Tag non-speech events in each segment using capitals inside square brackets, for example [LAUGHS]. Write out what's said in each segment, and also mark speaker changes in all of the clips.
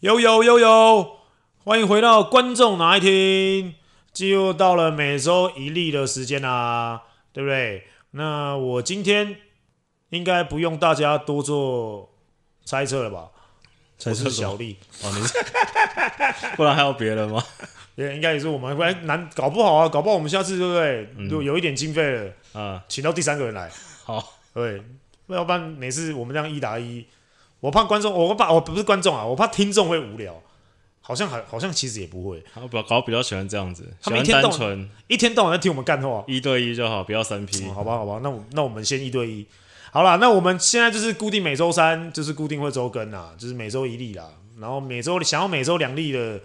Speaker 1: 有有有有，欢迎回到观众哪一听，进入到了每周一例的时间啦、对不对？那我今天应该不用大家多做猜测了吧？
Speaker 2: 猜测
Speaker 1: 我是
Speaker 2: 什么
Speaker 1: 小丽，
Speaker 2: 哦，你是， [LAUGHS] 不然还有别人吗？
Speaker 1: 也应该也是我们，不然难搞不好啊，搞不好我们下次对不对？如果有一点经费了，
Speaker 2: 啊，
Speaker 1: 请到第三个人来，
Speaker 2: 好，
Speaker 1: 对，要不然每次我们这样一打一，我怕观众，我怕我不是观众啊，我怕听众会无聊，好像还好像其实也不会，
Speaker 2: 我比搞比较喜欢这样子，
Speaker 1: 他
Speaker 2: 喜
Speaker 1: 们一
Speaker 2: 欢
Speaker 1: 天到
Speaker 2: 单
Speaker 1: 晚
Speaker 2: 纯
Speaker 1: 一天到晚在听我们干话。
Speaker 2: 一对一就好，不要三 P
Speaker 1: 嗯。好吧，好吧，那我那我们先一对一。好啦，那我们现在就是固定每周三，就是固定会周更啦，就是每周一例啦。然后每周想要每周两例的，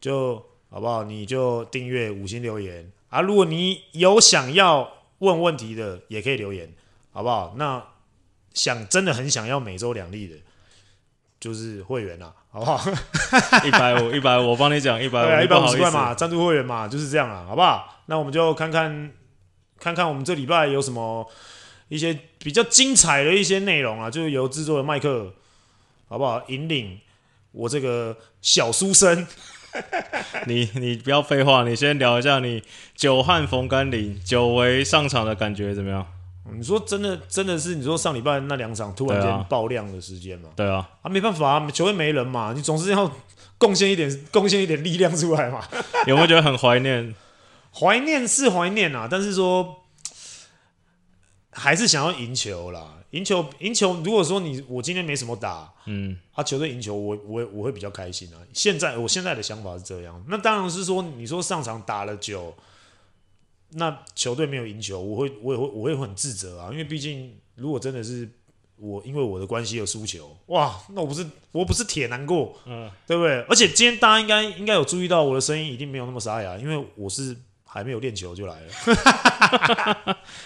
Speaker 1: 就好不好？你就订阅、五星留言啊。如果你有想要问问题的，也可以留言，好不好？那想真的很想要每周两例的，就是会员啦，好不好？
Speaker 2: 一
Speaker 1: [LAUGHS]
Speaker 2: 百五，一百五，我帮你讲一百
Speaker 1: 对啊，一
Speaker 2: 五，你不
Speaker 1: 百五
Speaker 2: 好
Speaker 1: 十
Speaker 2: 意
Speaker 1: 块
Speaker 2: 思
Speaker 1: 嘛，赞助会员嘛，就是这样啦，好不好？那我们就看看看看我们这礼拜有什么一些比较精彩的一些内容啊，就是由制作的麦克，好不好？引领我这个小书生，
Speaker 2: 你你不要废话，你先聊一下你久旱逢甘霖，久违上场的感觉怎么样？
Speaker 1: 你说真的，真的是你说上礼拜那两场突然
Speaker 2: 对
Speaker 1: 间
Speaker 2: 啊
Speaker 1: 爆量的时间嘛？
Speaker 2: 对啊，
Speaker 1: 啊，没办法、啊，球队没人嘛，你总是要贡献一点贡献一点力量出来嘛。
Speaker 2: 有没有觉得很怀念？ [LAUGHS]
Speaker 1: 怀念是怀念啊，但是说还是想要赢球啦。赢球，赢球。如果说你我今天没什么打，
Speaker 2: 嗯，
Speaker 1: 啊，球队赢球，我我我会比较开心啊。现在我现在的想法是这样。那当然是说，你说上场打了久，那球队没有赢球，我会我也会我会很自责啊，因为毕竟如果真的是我因为我的关系而输球，哇，那我不是我不是铁难过，
Speaker 2: 嗯，
Speaker 1: 对不对？而且今天大家应该应该有注意到我的声音一定没有那么沙哑，因为我是还没有练球就来了。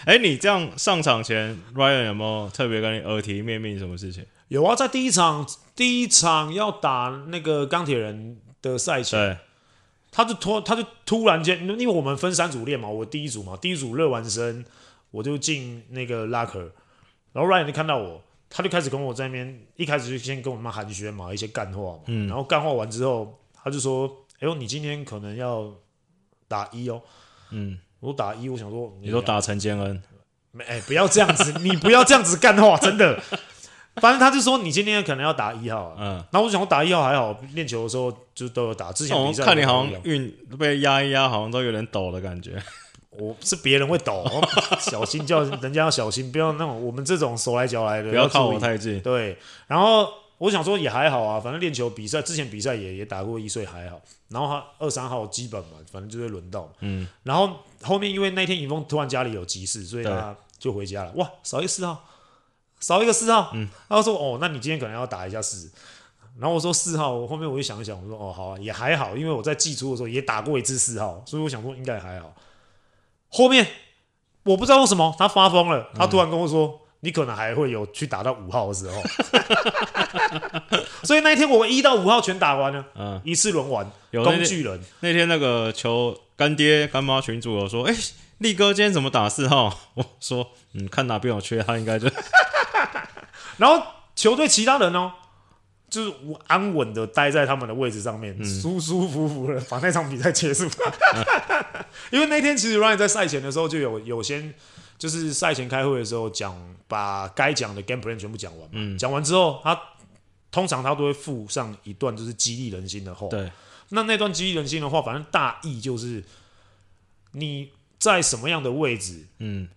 Speaker 2: 哎，你这样上场前，Ryan 有没有特别跟你耳提面命什么事情？
Speaker 1: 有啊，在第一场第一场要打那个钢铁人的赛前，
Speaker 2: 对，
Speaker 1: 他就突他就突然间，因为我们分三组练嘛，我第一组嘛，第一组热完身，我就进那个 locker，然后 Ryan 就看到我，他就开始跟我在那边，一开始就先跟我们寒暄嘛，一些干话嘛，
Speaker 2: 嗯
Speaker 1: 然后干话完之后，他就说：“哎呦，你今天可能要打一哦。
Speaker 2: 嗯，”
Speaker 1: 我说打一，我想说
Speaker 2: 你说打陈建恩，
Speaker 1: 没，哎、不要这样子， [LAUGHS] 你不要这样子干话，真的。反正他就说你今天可能要打一号、啊，
Speaker 2: 嗯，
Speaker 1: 然后我想我打一号还好，练球的时候就都有打，之前
Speaker 2: 我
Speaker 1: 比赛
Speaker 2: 哦看你
Speaker 1: 都有
Speaker 2: 好
Speaker 1: 用
Speaker 2: 像运被压一压，好像都有点抖的感觉。
Speaker 1: 我是别人会
Speaker 2: [LAUGHS]
Speaker 1: 抖，哦小心叫人家要小心，不要那种我们这种手来脚来的，
Speaker 2: 不要靠
Speaker 1: 注
Speaker 2: 我
Speaker 1: 意
Speaker 2: 太近。
Speaker 1: 对，然后我想说也还好啊，反正练球比赛之前比赛也也打过一岁还好，然后他二三号基本嘛，反正就会轮到嘛。
Speaker 2: 嗯，
Speaker 1: 然后后面因为那天尹峰突然家里有急事，所以他就回家了。哇，少一个四号，少一个四号。嗯，他就说哦，那你今天可能要打一下四。然后我说四号，我后面我就想一想，我说哦好啊，也还好，因为我在季初的时候也打过一次四号，所以我想说应该还好。后面我不知道为什么他发疯
Speaker 2: 嗯
Speaker 1: 了，他突然跟我说：“你可能还会有去打到五号的时候。” [LAUGHS] 所以那一天我一到五号全打完了，
Speaker 2: 嗯，
Speaker 1: 一次轮完
Speaker 2: 有那
Speaker 1: 工
Speaker 2: 天
Speaker 1: 具人，
Speaker 2: 那天那个球干爹干妈群主有说，哎、力哥今天怎么打四号？ [LAUGHS] 我说，嗯，看哪边有缺，他应该就
Speaker 1: 哦然后球队其他人哦，就是我安稳的待在他们的位置上面，舒舒服服的把那场比赛结束。 [LAUGHS] 因为那天其实 Ryan 在赛前的时候就有有先就是赛前开会的时候讲，把该讲的 game plan 全部讲完嘛。讲完之后，他通常他都会附上一段就是激励人心的话。
Speaker 2: [LAUGHS] 对，
Speaker 1: 那那段激励人心的话，反正大意就是你在什么样的位置，
Speaker 2: 嗯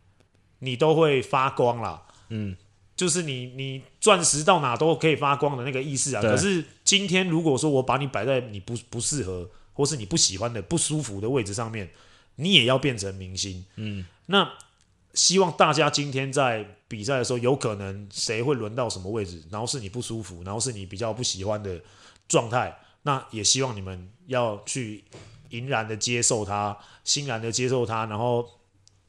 Speaker 1: 你都会发光啦。
Speaker 2: 嗯，
Speaker 1: 就是你你钻石到哪都可以发光的那个意思啊。
Speaker 2: 对
Speaker 1: 可是今天如果说我把你摆在你不不适合或是你不喜欢的不舒服的位置上面，你也要变成明星。
Speaker 2: 嗯，
Speaker 1: 那希望大家今天在比赛的时候，有可能谁会轮到什么位置，然后是你不舒服，然后是你比较不喜欢的状态，那也希望你们要去隐然的接受它，欣然的接受它，然后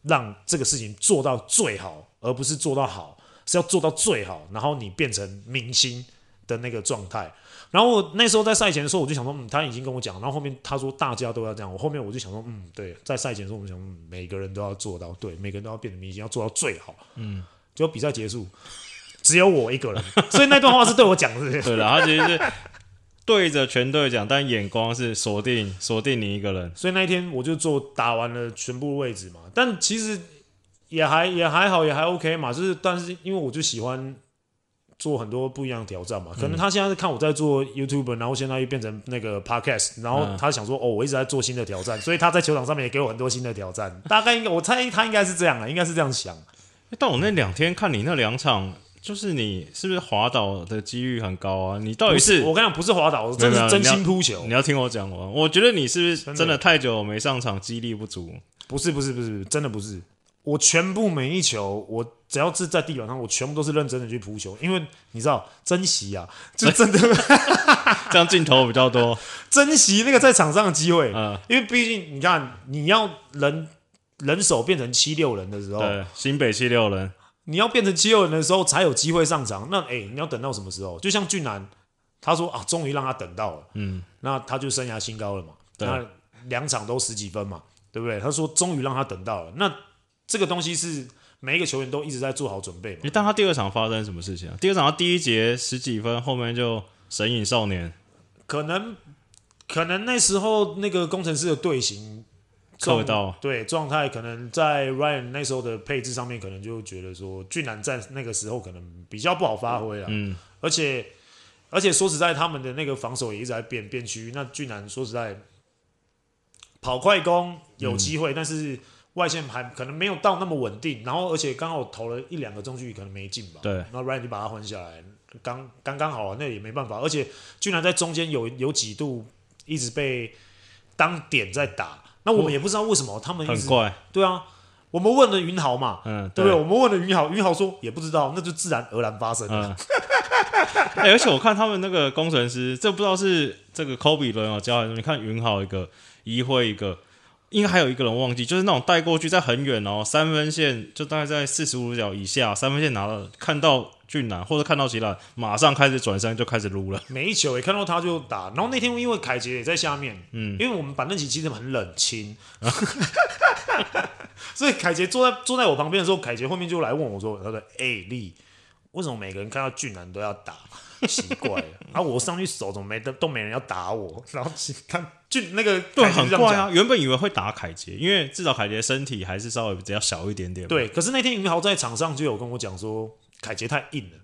Speaker 1: 让这个事情做到最好，而不是做到好，是要做到最好，然后你变成明星的那个状态。然后我那时候在赛前的时候，我就想说，嗯，他已经跟我讲，然后后面他说大家都要这样，我后面我就想说，嗯，对，在赛前的时候，我们想，嗯，每个人都要做到，对，每个人都要变成明星，要做到最好。嗯，结果比赛结束，只有我一个人，所以那段话是对我讲的。
Speaker 2: 对了，他其实是对着全队讲，但眼光是锁定锁定你一个人。
Speaker 1: 所以那一天我就做打完了全部位置嘛，但其实也还也还好，也还 OK 嘛。就是但是因为我就喜欢做很多不一样的挑战嘛，
Speaker 2: 嗯
Speaker 1: 可能他现在是看我在做 YouTube，然后现在又变成那个 Podcast，然后
Speaker 2: 嗯
Speaker 1: 他想说、哦，我一直在做新的挑战，所以他在球场上面也给我很多新的挑
Speaker 2: [LAUGHS]
Speaker 1: 战。大概应该我猜他应该是这样啊，应该是这样想。
Speaker 2: 诶但我那两天看你那两场，就是你是不是滑倒的几率很高啊？你到底是
Speaker 1: 我跟你讲，不是滑倒，真
Speaker 2: 没有
Speaker 1: 的
Speaker 2: 没
Speaker 1: 是
Speaker 2: 有
Speaker 1: 真
Speaker 2: 你
Speaker 1: 心扑球
Speaker 2: 你。要听我讲完。我觉得你
Speaker 1: 真
Speaker 2: 是不是
Speaker 1: 的
Speaker 2: 真的太久没上场，肌力不足？
Speaker 1: 不是不是不是，真的不是。我全部每一球，我只要是在地板上，我全部都是认真的去扑球，因为你知道珍惜啊，就真的
Speaker 2: 这样镜头比
Speaker 1: [LAUGHS]
Speaker 2: 较多。
Speaker 1: 珍惜那个在场上的机会，
Speaker 2: 嗯，
Speaker 1: 因为毕竟你看，你要人人手变成七六人的时候，
Speaker 2: 对，新北七六人，
Speaker 1: 你要变成七六人的时候才有机会上场。那哎、诶你要等到什么时候？就像俊南，他说啊，终于让他等到了，
Speaker 2: 嗯，
Speaker 1: 那他就生涯新高了嘛，
Speaker 2: 对
Speaker 1: 那两场都十几分嘛，对不对？他说终于让他等到了，那这个东西是每一个球员都一直在做好准备嘛
Speaker 2: 诶。但他第二场发生什么事情啊？第二场他第一节十几分，后面就神隐少年
Speaker 1: 可能可能那时候那个工程师的队形
Speaker 2: 克
Speaker 1: 状
Speaker 2: 到，
Speaker 1: 对状态，可能在 Ryan 那时候的配置上面，可能就觉得说俊男在那个时候可能比较不好发挥了，啊
Speaker 2: 嗯，
Speaker 1: 而且而且说实在，他们的那个防守也一直在变变区。那俊男说实在跑快攻有机会，但是。外线还可能没有到那么稳定，然后而且刚好投了一两个中距离，可能没进吧。
Speaker 2: 对，
Speaker 1: 那 Ryan 就把他换下来，刚刚刚好啊，那也没办法。而且居然在中间有有几度一直被当点在打，那我们也不知道为什么他们一
Speaker 2: 很
Speaker 1: 直
Speaker 2: 怪，
Speaker 1: 对啊。我们问了云豪嘛，
Speaker 2: 嗯，
Speaker 1: 对不对？我们问了云豪，云豪说也不知道，那就自然而然发生了。
Speaker 2: 嗯，欸而且我看他们那个工程师，这不知道是这个 Kobe 轮哦教还是什么你看云豪一个，一辉一个，应该还有一个人忘记，就是那种带过去在很远哦，三分线就大概在四十五角以下，三分线拿了，看到俊男或者看到其他人，马上开始转身就开始撸了。
Speaker 1: 每一球也看到他就打，然后那天因为凯杰也在下面，
Speaker 2: 嗯，
Speaker 1: 因为我们板凳席其实很冷
Speaker 2: [LAUGHS]
Speaker 1: 清，所以凯杰坐在坐在我旁边的时候，凯杰后面就来问我说：“他说，哎、丽，为什么每个人看到俊男都要打？奇怪，
Speaker 2: [LAUGHS]
Speaker 1: 啊，我上去手怎么没都都没人要打我？然后其他俊那个
Speaker 2: 对，
Speaker 1: 凯杰
Speaker 2: 很
Speaker 1: 就这样
Speaker 2: 怪
Speaker 1: 讲。
Speaker 2: 啊！原本以为会打凯杰，因为至少凯杰身体还是稍微比较小一点点。，
Speaker 1: 对，可是那天云豪在场上就有跟我讲说，凯杰太硬了。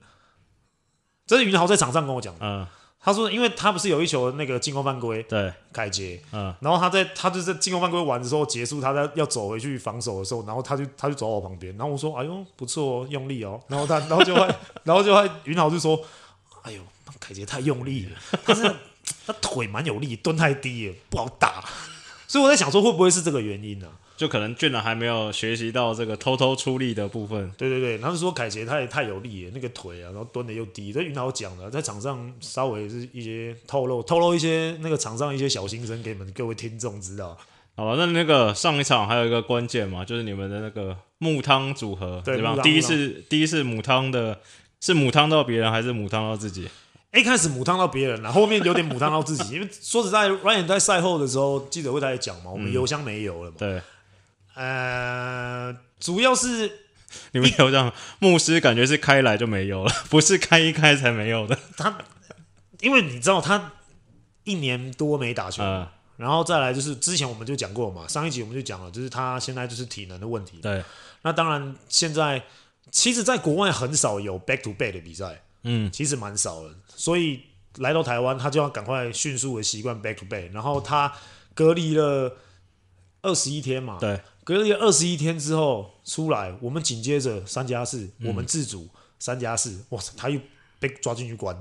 Speaker 1: 这是云豪在场上跟我讲的，
Speaker 2: 嗯，
Speaker 1: 他说，因为他不是有一球那个进攻犯规，
Speaker 2: 对，
Speaker 1: 凯杰，
Speaker 2: 嗯，
Speaker 1: 然后他在他就是进攻犯规完的时候结束，他在要走回去防守的时候，然后他就他就走到我旁边，然后我说：“哎呦，不错哦，用力哦。”然后他然后就会然后就会云豪就说：“哎呦，凯杰太用力了，他是他腿蛮有力，蹲太低耶，不好打。” [LAUGHS] 所以我在想说，会不会是这个原因啊呢、
Speaker 2: 就可能俊男还没有学习到这个偷偷出力的部分。
Speaker 1: 对对对，然后说凯杰太太有力耶，那个腿啊，然后蹲的又低。这云豪讲的，在场上稍微是一些透露透露一些那个场上一些小心声给你们各位听众知道。
Speaker 2: 好了，那那个上一场还有一个关键嘛，就是你们的那个木汤组合，
Speaker 1: 对
Speaker 2: 对吧
Speaker 1: 木？汤
Speaker 2: 第一次第一次母汤的是母汤到别人还是母汤到自己？
Speaker 1: 一开始母汤到别人啦，后面有点母汤到自己。因为说实在，Ryan 在赛后的时候，记者会他也讲嘛，我们油箱没油了嘛。
Speaker 2: 对，
Speaker 1: 呃，主要是
Speaker 2: 你们有这样牧师感觉是开来就没有了，不是开一开才没
Speaker 1: [LAUGHS]
Speaker 2: 有的。
Speaker 1: 他，因为你知道他一年多没打球，
Speaker 2: 呃，
Speaker 1: 然后再来就是之前我们就讲过嘛，上一集我们就讲了，就是他现在就是体能的问题。
Speaker 2: 对，
Speaker 1: 那当然，现在其实在国外很少有 back to back 的比赛，
Speaker 2: 嗯，
Speaker 1: 其实蛮少的，所以来到台湾，他就要赶快迅速的习惯 back to back，然后他隔离了二十一天嘛，
Speaker 2: 对，
Speaker 1: 隔离了二十一天之后出来，我们紧接着三加四，我们自主三加四，哇塞，他又被抓进去关，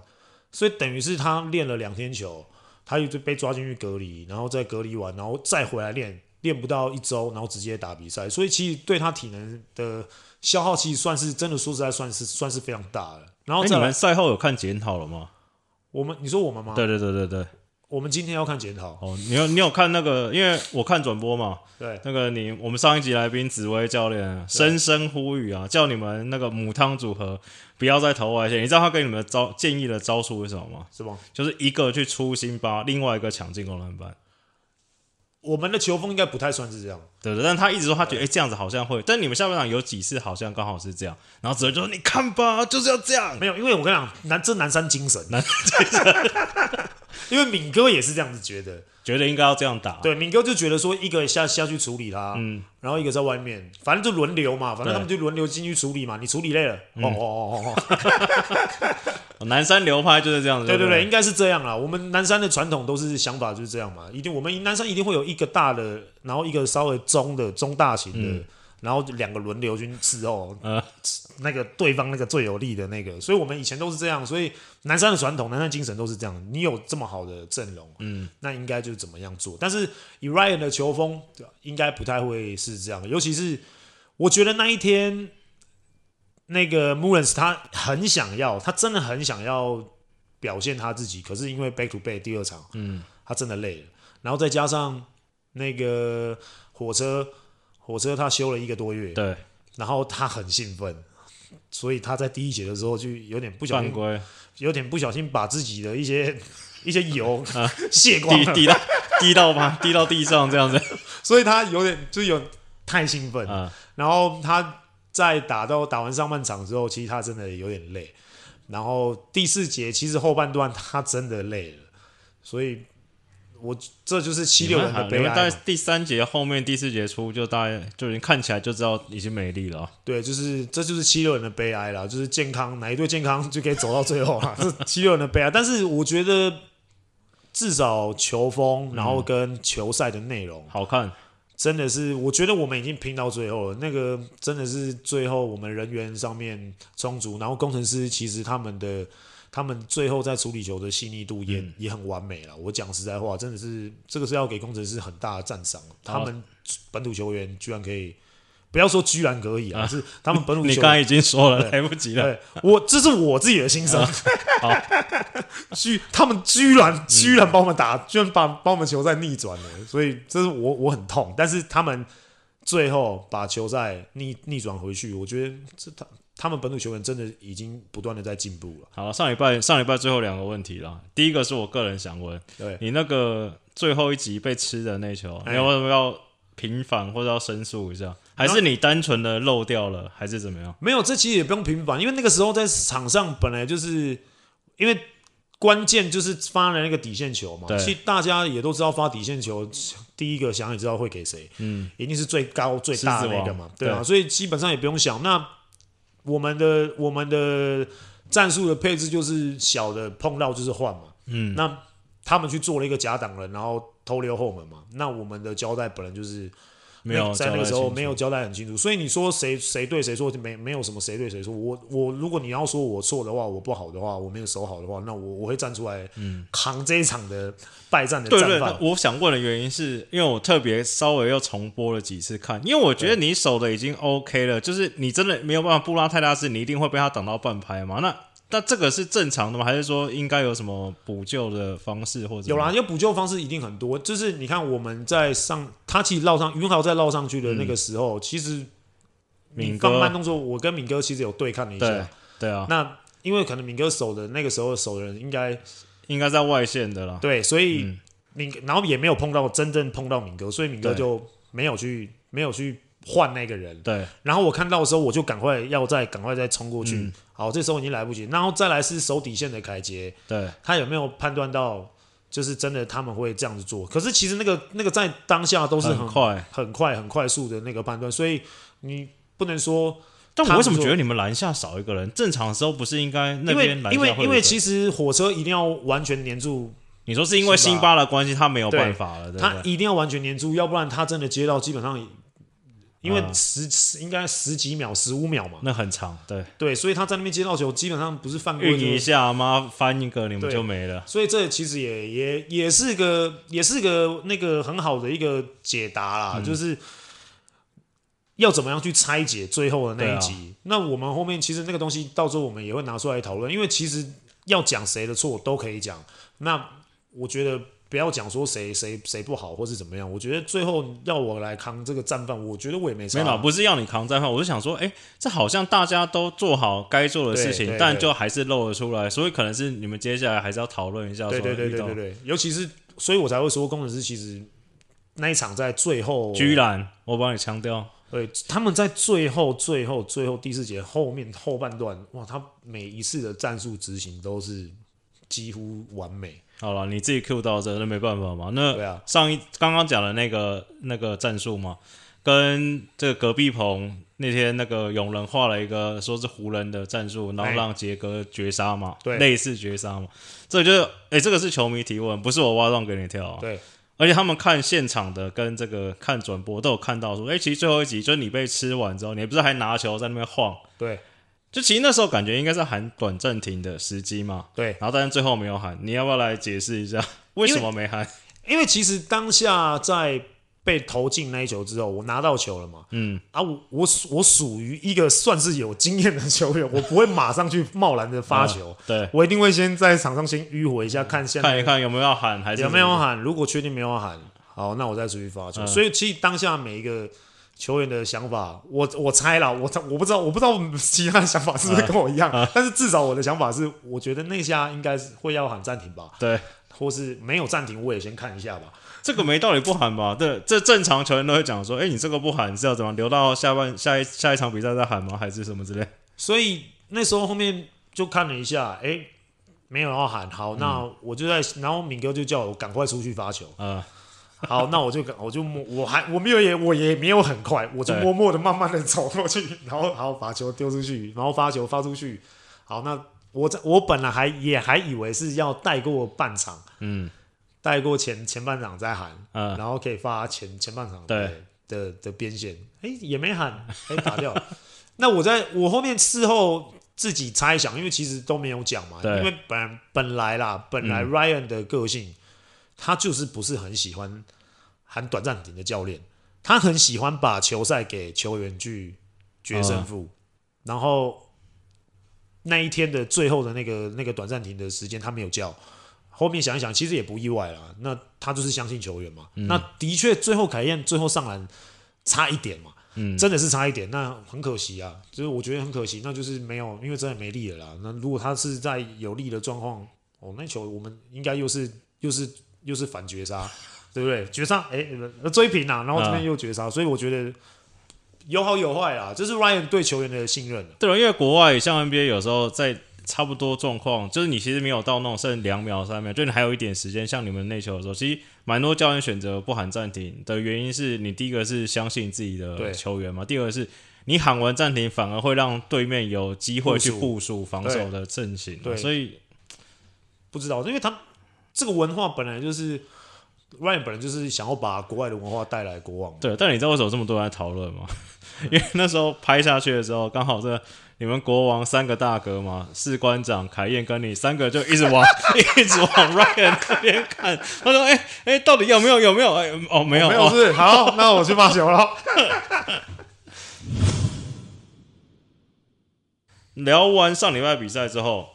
Speaker 1: 所以等于是他练了两天球，他又就被抓进去隔离，然后再隔离完，然后再回来练，练不到一周，然后直接打比赛，所以其实对他体能的消耗，其实算是真的说实在算是算是非常大的。然后
Speaker 2: 哎，
Speaker 1: 再
Speaker 2: 你
Speaker 1: 来，
Speaker 2: 们赛后有看检讨了吗？
Speaker 1: 我们你说我们吗？
Speaker 2: 对对对对对，
Speaker 1: 我们今天要看检讨，
Speaker 2: 哦，你有你有看那个？因为我看转播嘛，
Speaker 1: 对，
Speaker 2: 那个你我们上一集来宾紫薇教练啊深深呼吁啊，叫你们那个母汤组合不要再投外线。你知道他给你们的招建议的招数是什么吗？
Speaker 1: 是吗？
Speaker 2: 就是一个去出辛巴，另外一个抢进攻篮板，
Speaker 1: 我们的球风应该不太算是这样，
Speaker 2: 对不对？但他一直说他觉得哎、诶这样子好像会，但你们下半场有几次好像刚好是这样，然后紫薇就说你看吧，就是要这样。
Speaker 1: 没有，因为我跟你讲，男这男三精神， [LAUGHS] 因为敏哥也是这样子觉得，
Speaker 2: 觉得应该要这样打。
Speaker 1: 对，敏哥就觉得说一个下下去处理他，
Speaker 2: 嗯，
Speaker 1: 然后一个在外面，反正就轮流嘛，反正他们就轮流进去处理嘛，你处理累了，
Speaker 2: 嗯
Speaker 1: 哦哦哦哦哦，
Speaker 2: 南山流派就是这样子。
Speaker 1: 对
Speaker 2: 对
Speaker 1: 对对，应该是这样啦。我们南山的传统都是想法就是这样嘛，一定我们南山一定会有一个大的，然后一个稍微中的中大型的，
Speaker 2: 嗯
Speaker 1: 然后两个轮流去伺候，
Speaker 2: 呃
Speaker 1: 那个对方那个最有力的那个。所以我们以前都是这样，所以南山的传统、南山精神都是这样。你有这么好的阵容，
Speaker 2: 嗯，
Speaker 1: 那应该就是怎么样做。但是以 Ryan 的球风，对吧应该不太会是这样，尤其是我觉得那一天。那个 m u l l n s 他很想要，他真的很想要表现他自己，可是因为 back to back 第二场，
Speaker 2: 嗯，
Speaker 1: 他真的累了，然后再加上那个火车，火车他修了一个多月，
Speaker 2: 对，
Speaker 1: 然后他很兴奋，所以他在第一节的时候就有点不小
Speaker 2: 犯
Speaker 1: 心，
Speaker 2: 规，
Speaker 1: 有点不小心把自己的一些 [LAUGHS] 一些油
Speaker 2: 啊
Speaker 1: 泄光
Speaker 2: [LAUGHS] 滴
Speaker 1: 了，
Speaker 2: 滴到滴到吧，滴到地上这
Speaker 1: [LAUGHS]
Speaker 2: 样子。
Speaker 1: 所以他有点就是有太兴奋，
Speaker 2: 啊，
Speaker 1: 然后他在打到打完上半场之后，其实他真的有点累。然后第四节其实后半段他真的累了，所以我这就是七六人的
Speaker 2: 你
Speaker 1: 悲
Speaker 2: 们大
Speaker 1: 哀
Speaker 2: 概
Speaker 1: 嘛。
Speaker 2: 第三节后面第四节初就大概就已经看起来就知道已经没力了啊。
Speaker 1: 对，就是这就是七六人的悲哀啦，就是健康哪一队健康就可以走到最后
Speaker 2: [LAUGHS]
Speaker 1: 啦，这是七六人的悲哀。但是我觉得至少球风，然后跟球赛的内容，
Speaker 2: 好看，
Speaker 1: 真的是，我觉得我们已经拼到最后了。那个真的是最后我们人员上面充足，然后工程师其实他们的他们最后在处理球的细腻度也、
Speaker 2: 嗯
Speaker 1: 也很完美了。我讲实在话，真的是这个是要给工程师很大的赞赏，他们本土球员居然可以，不要说居然可以啊，是他们本土
Speaker 2: 你
Speaker 1: 球
Speaker 2: 刚才
Speaker 1: 员。
Speaker 2: 已经说了，
Speaker 1: 对
Speaker 2: 来不及了。
Speaker 1: 对我，这是我自己的心声。
Speaker 2: 好，
Speaker 1: [LAUGHS] 居他们居然居然帮我们打，居然把把我们球赛逆转了，所以这是我我很痛。但是他们最后把球赛逆逆转回去，我觉得这他他们本土球员真的已经不断的在进步了。
Speaker 2: 好，上礼拜上礼拜最后两个问题啦。第一个是我个人想问，
Speaker 1: 对，
Speaker 2: 你那个最后一集被吃的那球，
Speaker 1: 哎
Speaker 2: 你有没有要平反或者要申诉一下？还是你单纯的漏掉了，还是怎么样？
Speaker 1: 没有这其实也不用平反，因为那个时候在场上本来就是因为关键就是发了那个底线球嘛，
Speaker 2: 对
Speaker 1: 其实大家也都知道发底线球。第一个想也知道会给谁，
Speaker 2: 嗯，
Speaker 1: 一定是最高最大的那个嘛
Speaker 2: 狮子王，
Speaker 1: 对啊，
Speaker 2: 对
Speaker 1: 所以基本上也不用想。那我们的我们的战术的配置就是小的碰到就是换嘛，
Speaker 2: 嗯，
Speaker 1: 那他们去做了一个假挡人，然后偷溜后门嘛。那我们的交代本来就是
Speaker 2: 没有
Speaker 1: 那在那
Speaker 2: 交代
Speaker 1: 个时候
Speaker 2: 清楚
Speaker 1: 没有交代很清楚，所以你说谁谁对谁错，没没有什么谁对谁错。我我如果你要说我错的话，我不好的话，我没有守好的话，那我我会站出来扛这一场的败战的
Speaker 2: 嗯对
Speaker 1: 战
Speaker 2: 对，
Speaker 1: 犯
Speaker 2: 那。我想问的原因是因为我特别稍微又重播了几次看，因为我觉得你守的已经 OK 了，就是你真的没有办法布拉泰拉斯，你一定会被他挡到半拍嘛？那那这个是正常的吗？还是说应该有什么补救的方式或者
Speaker 1: 有啦，？因为补救方式一定很多。就是你看我们在上，他其实绕上云豪在绕上去的那个时候，其实你
Speaker 2: 敏
Speaker 1: 放慢
Speaker 2: 哥，
Speaker 1: 动作，我跟敏哥其实有对看了一
Speaker 2: 对
Speaker 1: 下。
Speaker 2: 对啊，
Speaker 1: 那因为可能敏哥守的那个时候守的人应该
Speaker 2: 应该在外线的啦。
Speaker 1: 对，所以
Speaker 2: 嗯
Speaker 1: 敏、然后也没有碰到真正碰到敏哥，所以敏哥
Speaker 2: 对
Speaker 1: 就没有去没有去换那个人。
Speaker 2: 对，
Speaker 1: 然后我看到的时候，我就赶快要再赶快再冲过去。
Speaker 2: 嗯
Speaker 1: 好，这时候已经来不及。然后再来是守底线的凯杰，
Speaker 2: 对，
Speaker 1: 他有没有判断到，就是真的他们会这样子做？可是其实那个那个在当下都是很
Speaker 2: 很快。
Speaker 1: 很快很快速的那个判断，所以你不能说，
Speaker 2: 但
Speaker 1: 他
Speaker 2: 我为什
Speaker 1: 们
Speaker 2: 么
Speaker 1: 说
Speaker 2: 觉得你们篮下少一个人？正常的时候不是应该那
Speaker 1: 因为
Speaker 2: 边篮下
Speaker 1: 因为
Speaker 2: 会有
Speaker 1: 因为
Speaker 2: 一个
Speaker 1: 其实火车一定要完全黏住，
Speaker 2: 你说是因为
Speaker 1: 辛巴
Speaker 2: 辛巴的关系，他没有
Speaker 1: 对
Speaker 2: 办法了，对
Speaker 1: 他
Speaker 2: 不对？
Speaker 1: 一定要完全黏住，要不然他真的接到基本上。因为
Speaker 2: 啊
Speaker 1: 十、十应该十几秒、十五秒嘛，
Speaker 2: 那很长，对，
Speaker 1: 对，所以他在那边接到球，基本上不是犯规
Speaker 2: 运
Speaker 1: 就是
Speaker 2: 一下，妈翻一个你们
Speaker 1: 对
Speaker 2: 就没了。
Speaker 1: 所以这其实也也也是个也是个那个很好的一个解答啦，就是要怎么样去拆解最后的那一集。那我们后面其实那个东西到时候我们也会拿出来讨论，因为其实要讲谁的错都可以讲。那我觉得不要讲说谁谁谁不好或是怎么样，我觉得最后要我来扛这个战犯，我觉得我也没
Speaker 2: 没
Speaker 1: 差。
Speaker 2: 有啦，不是要你扛战犯，我是想说，哎、这好像大家都做好该做的事
Speaker 1: 对
Speaker 2: 情
Speaker 1: 对，
Speaker 2: 但
Speaker 1: 对
Speaker 2: 就还是漏了出来，所以可能是你们接下来还是要讨论一下说
Speaker 1: 对对对
Speaker 2: 遇
Speaker 1: 对
Speaker 2: 到
Speaker 1: 对对，尤其是所以我才会说工程师其实那一场在最后
Speaker 2: 居然，我帮你强调，
Speaker 1: 对，他们在最后、最后、最后第四节后面后半段，哇，他每一次的战术执行都是几乎完美。
Speaker 2: 好了，你自己 Q 到这，那没办法嘛。那
Speaker 1: 对啊，
Speaker 2: 上一刚刚讲的那个那个战术嘛，跟这个隔壁棚那天那个永仁画了一个说是湖人的战术，然后
Speaker 1: 哎
Speaker 2: 让杰哥绝杀嘛，
Speaker 1: 对
Speaker 2: 类似绝杀嘛。这就是，哎，这个是球迷提问，不是我挖洞给你跳啊。
Speaker 1: 对，
Speaker 2: 而且他们看现场的跟这个看转播都有看到说，哎，其实最后一集就是你被吃完之后，你不是还拿球在那边晃？
Speaker 1: 对
Speaker 2: 就其实那时候感觉应该是喊短暂停的时机嘛，
Speaker 1: 对，
Speaker 2: 然后但是最后没有喊，你要不要来解释一下为什么没喊？
Speaker 1: 因为其实当下在被投进那一球之后，我拿到球了嘛，
Speaker 2: 嗯，
Speaker 1: 啊，我我属我属于一个算是有经验的球员，我不会马上去贸然的发球，
Speaker 2: 对，
Speaker 1: 我一定会先在场上先迂回一下，看现在
Speaker 2: 看一看有没有要喊，还是
Speaker 1: 有没有喊。如果确定没有喊，好，那我再出去发球。
Speaker 2: 嗯
Speaker 1: 所以其实当下每一个球员的想法，我我猜啦，我我不知道，我不知道其他的想法是
Speaker 2: 嗯
Speaker 1: 不是跟我一样，但是至少我的想法是，我觉得那下应该是会要喊暂停吧，
Speaker 2: 对，
Speaker 1: 或是没有暂停我也先看一下吧。
Speaker 2: 这个没道理不喊吧？对，这正常球员都会讲说，哎，你这个不喊是要怎么样留到下半下一下一场比赛再喊吗？还是什么之类？
Speaker 1: 所以那时候后面就看了一下，哎、没有要喊，好，那
Speaker 2: 嗯
Speaker 1: 我就在，然后敏哥就叫我赶快出去发球。
Speaker 2: 呃，
Speaker 1: 好，那我就赶我就默，我还我没有也我也没有很快，我就
Speaker 2: 对
Speaker 1: 默默的慢慢的走过去， [LAUGHS] 然后好把球丢出去，然后发球发出去。好，那我在我本来还也还以为是要带过半场，
Speaker 2: 嗯，
Speaker 1: 带过前前半场再喊，
Speaker 2: 呃，
Speaker 1: 然后可以发前前半场
Speaker 2: 对
Speaker 1: 的的的边线，哎、也没喊，哎、打掉 [LAUGHS] 了。那我在我后面事后自己猜想，因为其实都没有讲嘛，
Speaker 2: 对嗯
Speaker 1: 因为本本来啦，本来 Ryan 的个性，他就是不是很喜欢喊短暂停的教练，他很喜欢把球赛给球员去决胜负，然后那一天的最后的那个那个短暂停的时间他没有叫。后面想一想，其实也不意外啦。那他就是相信球员嘛。那的确，最后凯燕最后上篮差一点嘛，
Speaker 2: 嗯
Speaker 1: 真的是差一点，那很可惜啊。就是我觉得很可惜，那就是没有，因为真的没力了啦。那如果他是在有力的状况，哦，那球我们应该又是又是又是反绝杀，对不对？绝杀，哎、呃追平啊，然后这边又绝杀，所以我觉得有好有坏啊啦。这是 Ryan 对球员的信任啊了。
Speaker 2: 对啊了，因为国外像 NBA 有时候在差不多状况，就是你其实没有到那种剩两秒、三秒，就你还有一点时间，像你们内球的时候，其实蛮多教练选择不喊暂停的原因是你第一个是相信自己的
Speaker 1: 对
Speaker 2: 球员嘛，第二个是你喊完暂停反而会让对面有机会去
Speaker 1: 部
Speaker 2: 部署防守的阵型嘛，
Speaker 1: 对
Speaker 2: 所以
Speaker 1: 不知道，因为他这个文化本来就是。Ryan 本来就是想要把国外的文化带来国王嘛，
Speaker 2: 对。但你知道为什么这么多人在讨论吗？ [LAUGHS] 因为那时候拍下去的时候，刚好这你们国王三个大哥嘛，士官长凯燕跟你三个就一直 [LAUGHS] 往一直往 Ryan 那边看。他说：“哎、哎、到底有没有有没有？哎、哦，没有，
Speaker 1: 没有
Speaker 2: 哦
Speaker 1: 是好， [LAUGHS] 那我去发球了。
Speaker 2: 聊完上礼拜比赛之后，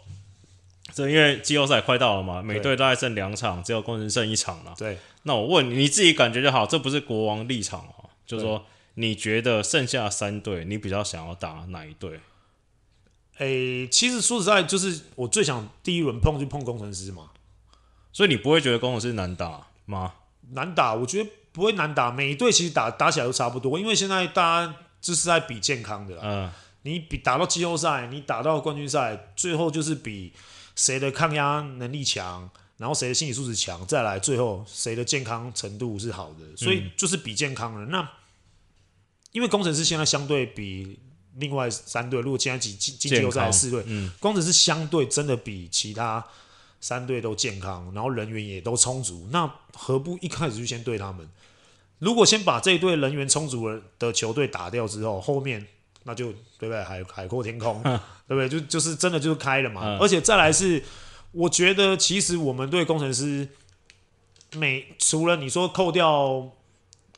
Speaker 2: 这因为季后赛快到了嘛，每队大概剩两场，只有工程剩一场了。
Speaker 1: 对，
Speaker 2: 那我问你，你自己感觉就好，这不是国王立场哦，就是说你觉得剩下三队，你比较想要打哪一队？
Speaker 1: 诶、其实说实在，就是我最想第一轮碰就碰工程师嘛，
Speaker 2: 所以你不会觉得工程师难打吗？
Speaker 1: 难打，我觉得不会难打，每一队其实打打起来都差不多，因为现在大家就是在比健康的啦，
Speaker 2: 嗯、
Speaker 1: 你比打到季后赛，你打到冠军赛，最后就是比谁的抗压能力强，然后谁的心理素质强，再来最后谁的健康程度是好的，所以就是比健康了。那因为工程师现在相对比另外三队，如果现在进进进季后
Speaker 2: 健
Speaker 1: 赛
Speaker 2: 康
Speaker 1: 四队，
Speaker 2: 嗯
Speaker 1: 工程师相对真的比其他三队都健康，然后人员也都充足，那何不一开始就先对他们？如果先把这一队人员充足了的球队打掉之后，后面那就对不对？海海阔天空，对不对？就就是真的就是开了嘛。
Speaker 2: 嗯
Speaker 1: 而且再来是，我觉得其实我们对工程师每除了你说扣掉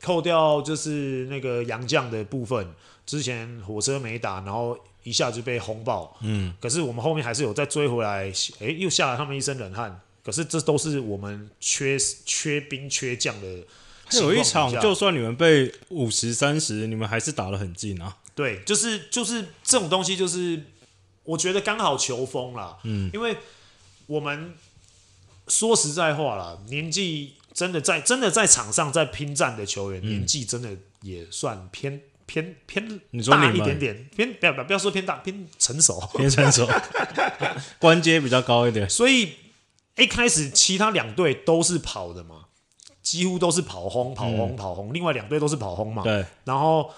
Speaker 1: 扣掉就是那个杨将的部分，之前火车没打，然后一下就被轰爆。
Speaker 2: 嗯，
Speaker 1: 可是我们后面还是有再追回来，诶，又吓了他们一身冷汗。可是这都是我们缺缺兵缺将的情
Speaker 2: 有
Speaker 1: 况
Speaker 2: 一
Speaker 1: 底下。
Speaker 2: 场就算你们被五十三十，你们还是打得很
Speaker 1: [LAUGHS]
Speaker 2: 近啊。
Speaker 1: 对，就是就是这种东西，就是我觉得刚好球风啦，
Speaker 2: 嗯，
Speaker 1: 因为我们说实在话啦，年纪真的在真的在场上在拼战的球
Speaker 2: 嗯
Speaker 1: 员，年纪真的也算偏偏偏
Speaker 2: 你说你
Speaker 1: 大
Speaker 2: 们
Speaker 1: 一点点，偏不要不要不要说偏大，偏成熟， [LAUGHS]
Speaker 2: 变成说关节比较高一点，
Speaker 1: 所以。哎、一开始其他两队都是跑的嘛，几乎都是跑轰、跑轰、跑轰，另外两队都是跑轰嘛。
Speaker 2: 嗯对，
Speaker 1: 然后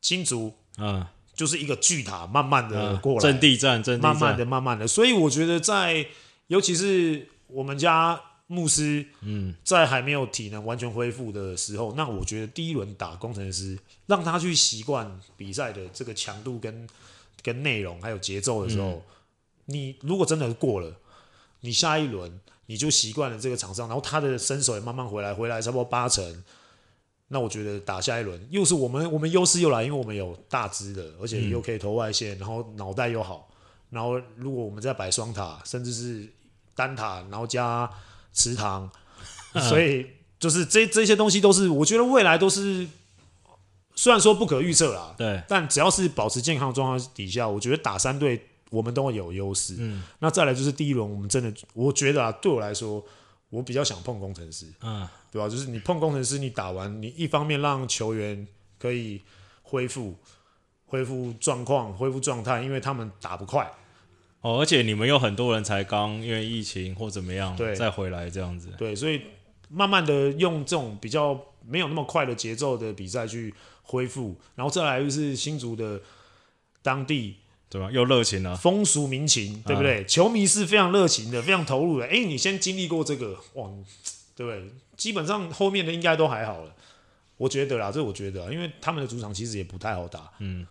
Speaker 1: 新竹
Speaker 2: 嗯，
Speaker 1: 就是一个巨塔，慢慢的
Speaker 2: 嗯
Speaker 1: 呃过来，
Speaker 2: 阵地战，阵地战，
Speaker 1: 慢慢的、慢慢的。所以我觉得在，尤其是我们家牧师，
Speaker 2: 嗯，
Speaker 1: 在还没有体能完全恢复的时候，那我觉得第一轮打工程师，让他去习惯比赛的这个强度跟跟内容还有节奏的时候，
Speaker 2: 嗯
Speaker 1: 你如果真的过了，你下一轮你就习惯了这个场上，然后他的身手也慢慢回来，回来差不多八成。那我觉得打下一轮又是我们我们优势又来，因为我们有大只的，而且又可以投外线，然后脑袋又好，然后如果我们再摆双塔，甚至是单塔，然后加池塘，所以就是这这些东西都是，我觉得未来都是虽然说不可预测啦，
Speaker 2: 对，
Speaker 1: 但只要是保持健康的状况底下，我觉得打三队我们都会有优势。
Speaker 2: 嗯，
Speaker 1: 那再来就是第一轮，我们真的我觉得啊，对我来说，我比较想碰工程师，
Speaker 2: 嗯，
Speaker 1: 对吧？就是你碰工程师，你打完，你一方面让球员可以恢复。恢复状况，恢复状态，因为他们打不快，
Speaker 2: 哦，而且你们有很多人才刚因为疫情或怎么样
Speaker 1: 对
Speaker 2: 再回来这样子，
Speaker 1: 对，所以慢慢的用这种比较没有那么快的节奏的比赛去恢复，然后再来就是新竹的当地
Speaker 2: 对吧？又热情了，
Speaker 1: 风俗民
Speaker 2: 啊
Speaker 1: 情，对不对？球迷是非常热情的，非常投入的。哎，你先经历过这个，哇，你对不对？基本上后面的应该都还好了，我觉得啦，这我觉得啊因为他们的主场其实也不太好打，
Speaker 2: 嗯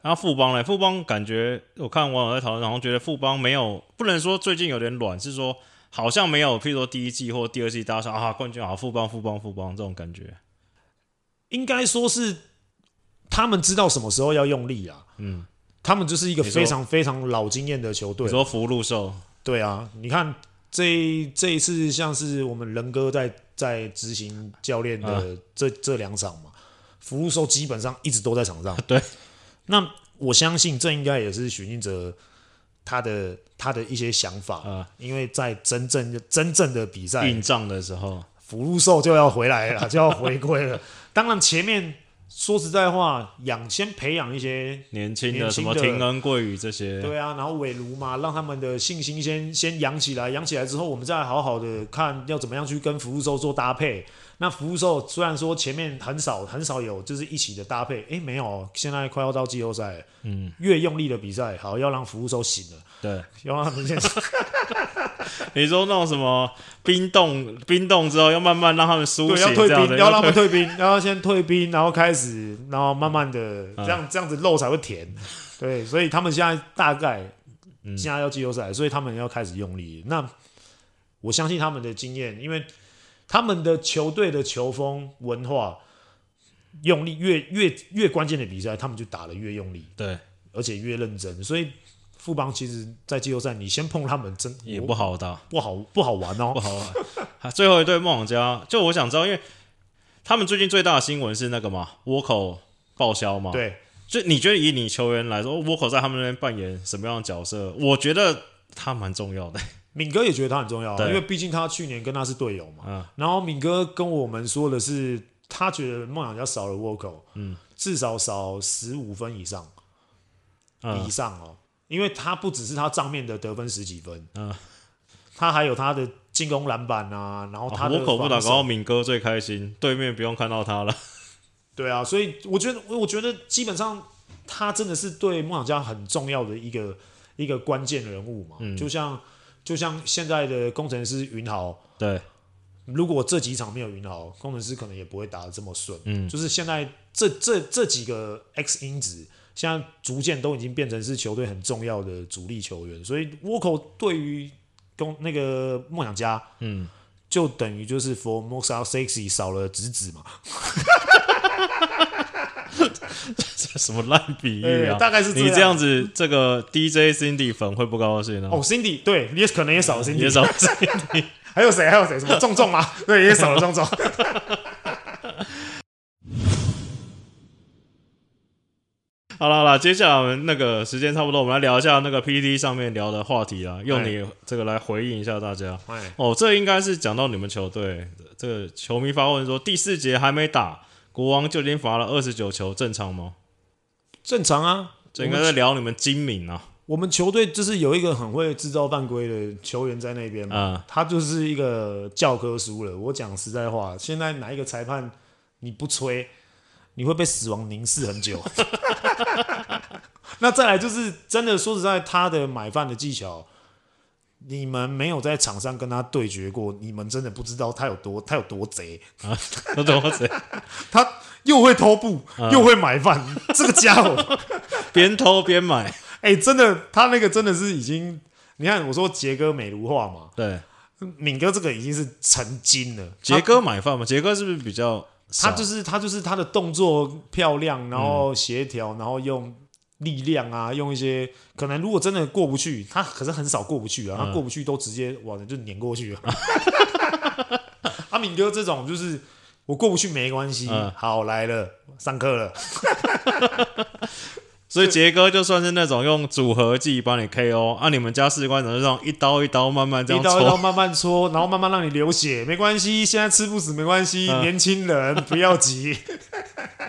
Speaker 2: 然后富邦嘞，富邦感觉我看网友在讨论，然后觉得富邦没有，不能说最近有点软，是说好像没有，譬如说第一季或第二季大家说啊冠军啊富邦富邦富邦这种感觉，
Speaker 1: 应该说是他们知道什么时候要用力啊。
Speaker 2: 嗯，
Speaker 1: 他们就是一个
Speaker 2: 你说
Speaker 1: 非常非常老经验的球队啊
Speaker 2: 你，说福禄寿，
Speaker 1: 对啊，你看这这一次像是我们仁哥在在执行教练
Speaker 2: 啊
Speaker 1: 的这、这两场嘛，福禄寿基本上一直都在场上。
Speaker 2: [LAUGHS] 对，
Speaker 1: 那我相信这应该也是许晋哲他的他的一些想法，
Speaker 2: 啊
Speaker 1: 因为在真正真正的比赛，
Speaker 2: 硬仗的时候，
Speaker 1: 福禄寿就要回来了，就要回归了。 [LAUGHS] 当然前面说实在话，养先培养一些
Speaker 2: 年轻
Speaker 1: 年
Speaker 2: 的什
Speaker 1: 轻
Speaker 2: 么
Speaker 1: 的
Speaker 2: 廷恩贵宇这些，
Speaker 1: 对啊，然后尾炉嘛，让他们的信心先先养起来，养起来之后，我们再好好的看要怎么样去跟服务兽做搭配。那服务兽虽然说前面很少很少有就是一起的搭配，诶，没有哦，现在快要到季后赛了，
Speaker 2: 嗯，
Speaker 1: 越用力的比赛，好要让服务兽醒了，
Speaker 2: 对，
Speaker 1: 要让他们先
Speaker 2: 你说那种什么冰冻冰冻之后，要慢慢让他们苏
Speaker 1: 对要
Speaker 2: 醒
Speaker 1: 退
Speaker 2: 这样的，
Speaker 1: 兵，要让他
Speaker 2: 退
Speaker 1: 们退兵， [LAUGHS] 然后先退兵，然后开始，然后慢慢的这
Speaker 2: 啊
Speaker 1: 样、这样子肉才会
Speaker 2: [LAUGHS]
Speaker 1: 甜，对，所以他们现在大概
Speaker 2: 嗯
Speaker 1: 现在要季后赛，所以他们要开始用力。那我相信他们的经验，因为他们的球队的球风文化用力越越越关键的比赛，他们就打得越用力，
Speaker 2: 对，
Speaker 1: 而且越认真，所以。富邦其实，在季后赛你先碰他们，真
Speaker 2: 也不好打。
Speaker 1: 不好不好玩哦
Speaker 2: 不。好玩。啊最后一对梦想家，就我想知道，因为他们最近最大的新闻是那个嘛，倭寇报销嘛。，
Speaker 1: 对，
Speaker 2: 就你觉得以你球员来说，倭寇在他们那边扮演什么样的角色？我觉得他蛮重要的。
Speaker 1: 敏哥也觉得他很重要啊，
Speaker 2: 对
Speaker 1: 因为毕竟他去年跟他是队友嘛。
Speaker 2: 嗯
Speaker 1: 然后敏哥跟我们说的是，他觉得梦想家少了倭寇，嗯，至少少十五分以上、以
Speaker 2: 嗯，
Speaker 1: 上哦，因为他不只是他账面的得分十几分，
Speaker 2: 嗯，
Speaker 1: 他还有他的进攻篮板啊，然后他的
Speaker 2: 倭寇不打
Speaker 1: 防守
Speaker 2: 高，敏哥最开心，对面不用看到他了。
Speaker 1: 对啊，所以我觉得，我觉得基本上他真的是对梦想家很重要的一个一个关键人物嘛，
Speaker 2: 嗯
Speaker 1: 就像就像现在的工程师云豪，
Speaker 2: 对， [LAUGHS]
Speaker 1: 如果这几场没有云豪，工程师可能也不会打得这么顺。
Speaker 2: 嗯
Speaker 1: 就是现在这这这几个 X 因子，现在逐渐都已经变成是球队很重要的主力球员，所以倭寇对于工那个梦想家
Speaker 2: 嗯，
Speaker 1: 就等于就是 For m o s a Sexy 少了直子嘛，
Speaker 2: 这什么烂比喻啊！
Speaker 1: 呃大概是
Speaker 2: 你
Speaker 1: 这
Speaker 2: 这样子，这个 DJ Cindy 粉会不高兴啊。
Speaker 1: 哦，Cindy 对，也可能也少了 Cindy，
Speaker 2: 也少 [LAUGHS]
Speaker 1: 还有谁？还有谁？什么重重吗？对，也少了重重。
Speaker 2: 好了好了，接下来我们那个时间差不多，我们来聊一下那个 PT 上面聊的话题啦，用你这个来回应一下大家。
Speaker 1: 哎，
Speaker 2: 哦，这应该是讲到你们球队，这个球迷发问说，第四节还没打，国王就已经罚了二十九球，正常吗？
Speaker 1: [LAUGHS] 正常啊，
Speaker 2: 这应该在聊你们精明啊， [LAUGHS]
Speaker 1: 我们球队就是有一个很会制造犯规的球员在那边嘛，
Speaker 2: 啊、
Speaker 1: 他就是一个教科书了。我讲实在话，现在哪一个裁判你不吹，你会被死亡凝视很久。 [LAUGHS] 那再来就是真的说实在，他的买饭的技巧，你们没有在场上跟他对决过，你们真的不知道他有多他有多贼。
Speaker 2: 我怎么谁
Speaker 1: 他又会偷步，又会买饭，这个家伙， [LAUGHS]
Speaker 2: 边偷边买？
Speaker 1: 哎、真的，他那个真的是已经，你看我说杰哥美如画嘛，
Speaker 2: 对，
Speaker 1: 敏哥这个已经是成精了，
Speaker 2: 杰哥买饭嘛，杰哥是不是比较
Speaker 1: 他
Speaker 2: 少？
Speaker 1: 他就是他就是他的动作漂亮，然后协调，然后用力量啊，用一些可能如果真的过不去，他可是很少过不去
Speaker 2: 嗯
Speaker 1: 啊，他过不去都直接哇就碾过 [LAUGHS]
Speaker 2: [LAUGHS]
Speaker 1: 去了。阿敏哥这种就是我过不去没关系，
Speaker 2: 嗯
Speaker 1: 好来了，上课了，
Speaker 2: 所以杰哥就算是那种用组合技帮你 KO，啊，你们家士官长就这样一刀一刀慢慢这
Speaker 1: 一
Speaker 2: 样
Speaker 1: 刀一刀
Speaker 2: 戳，
Speaker 1: 慢慢戳，然后慢慢让你流血，没关系，现在吃不死没关系，
Speaker 2: 嗯
Speaker 1: 年轻人不要急。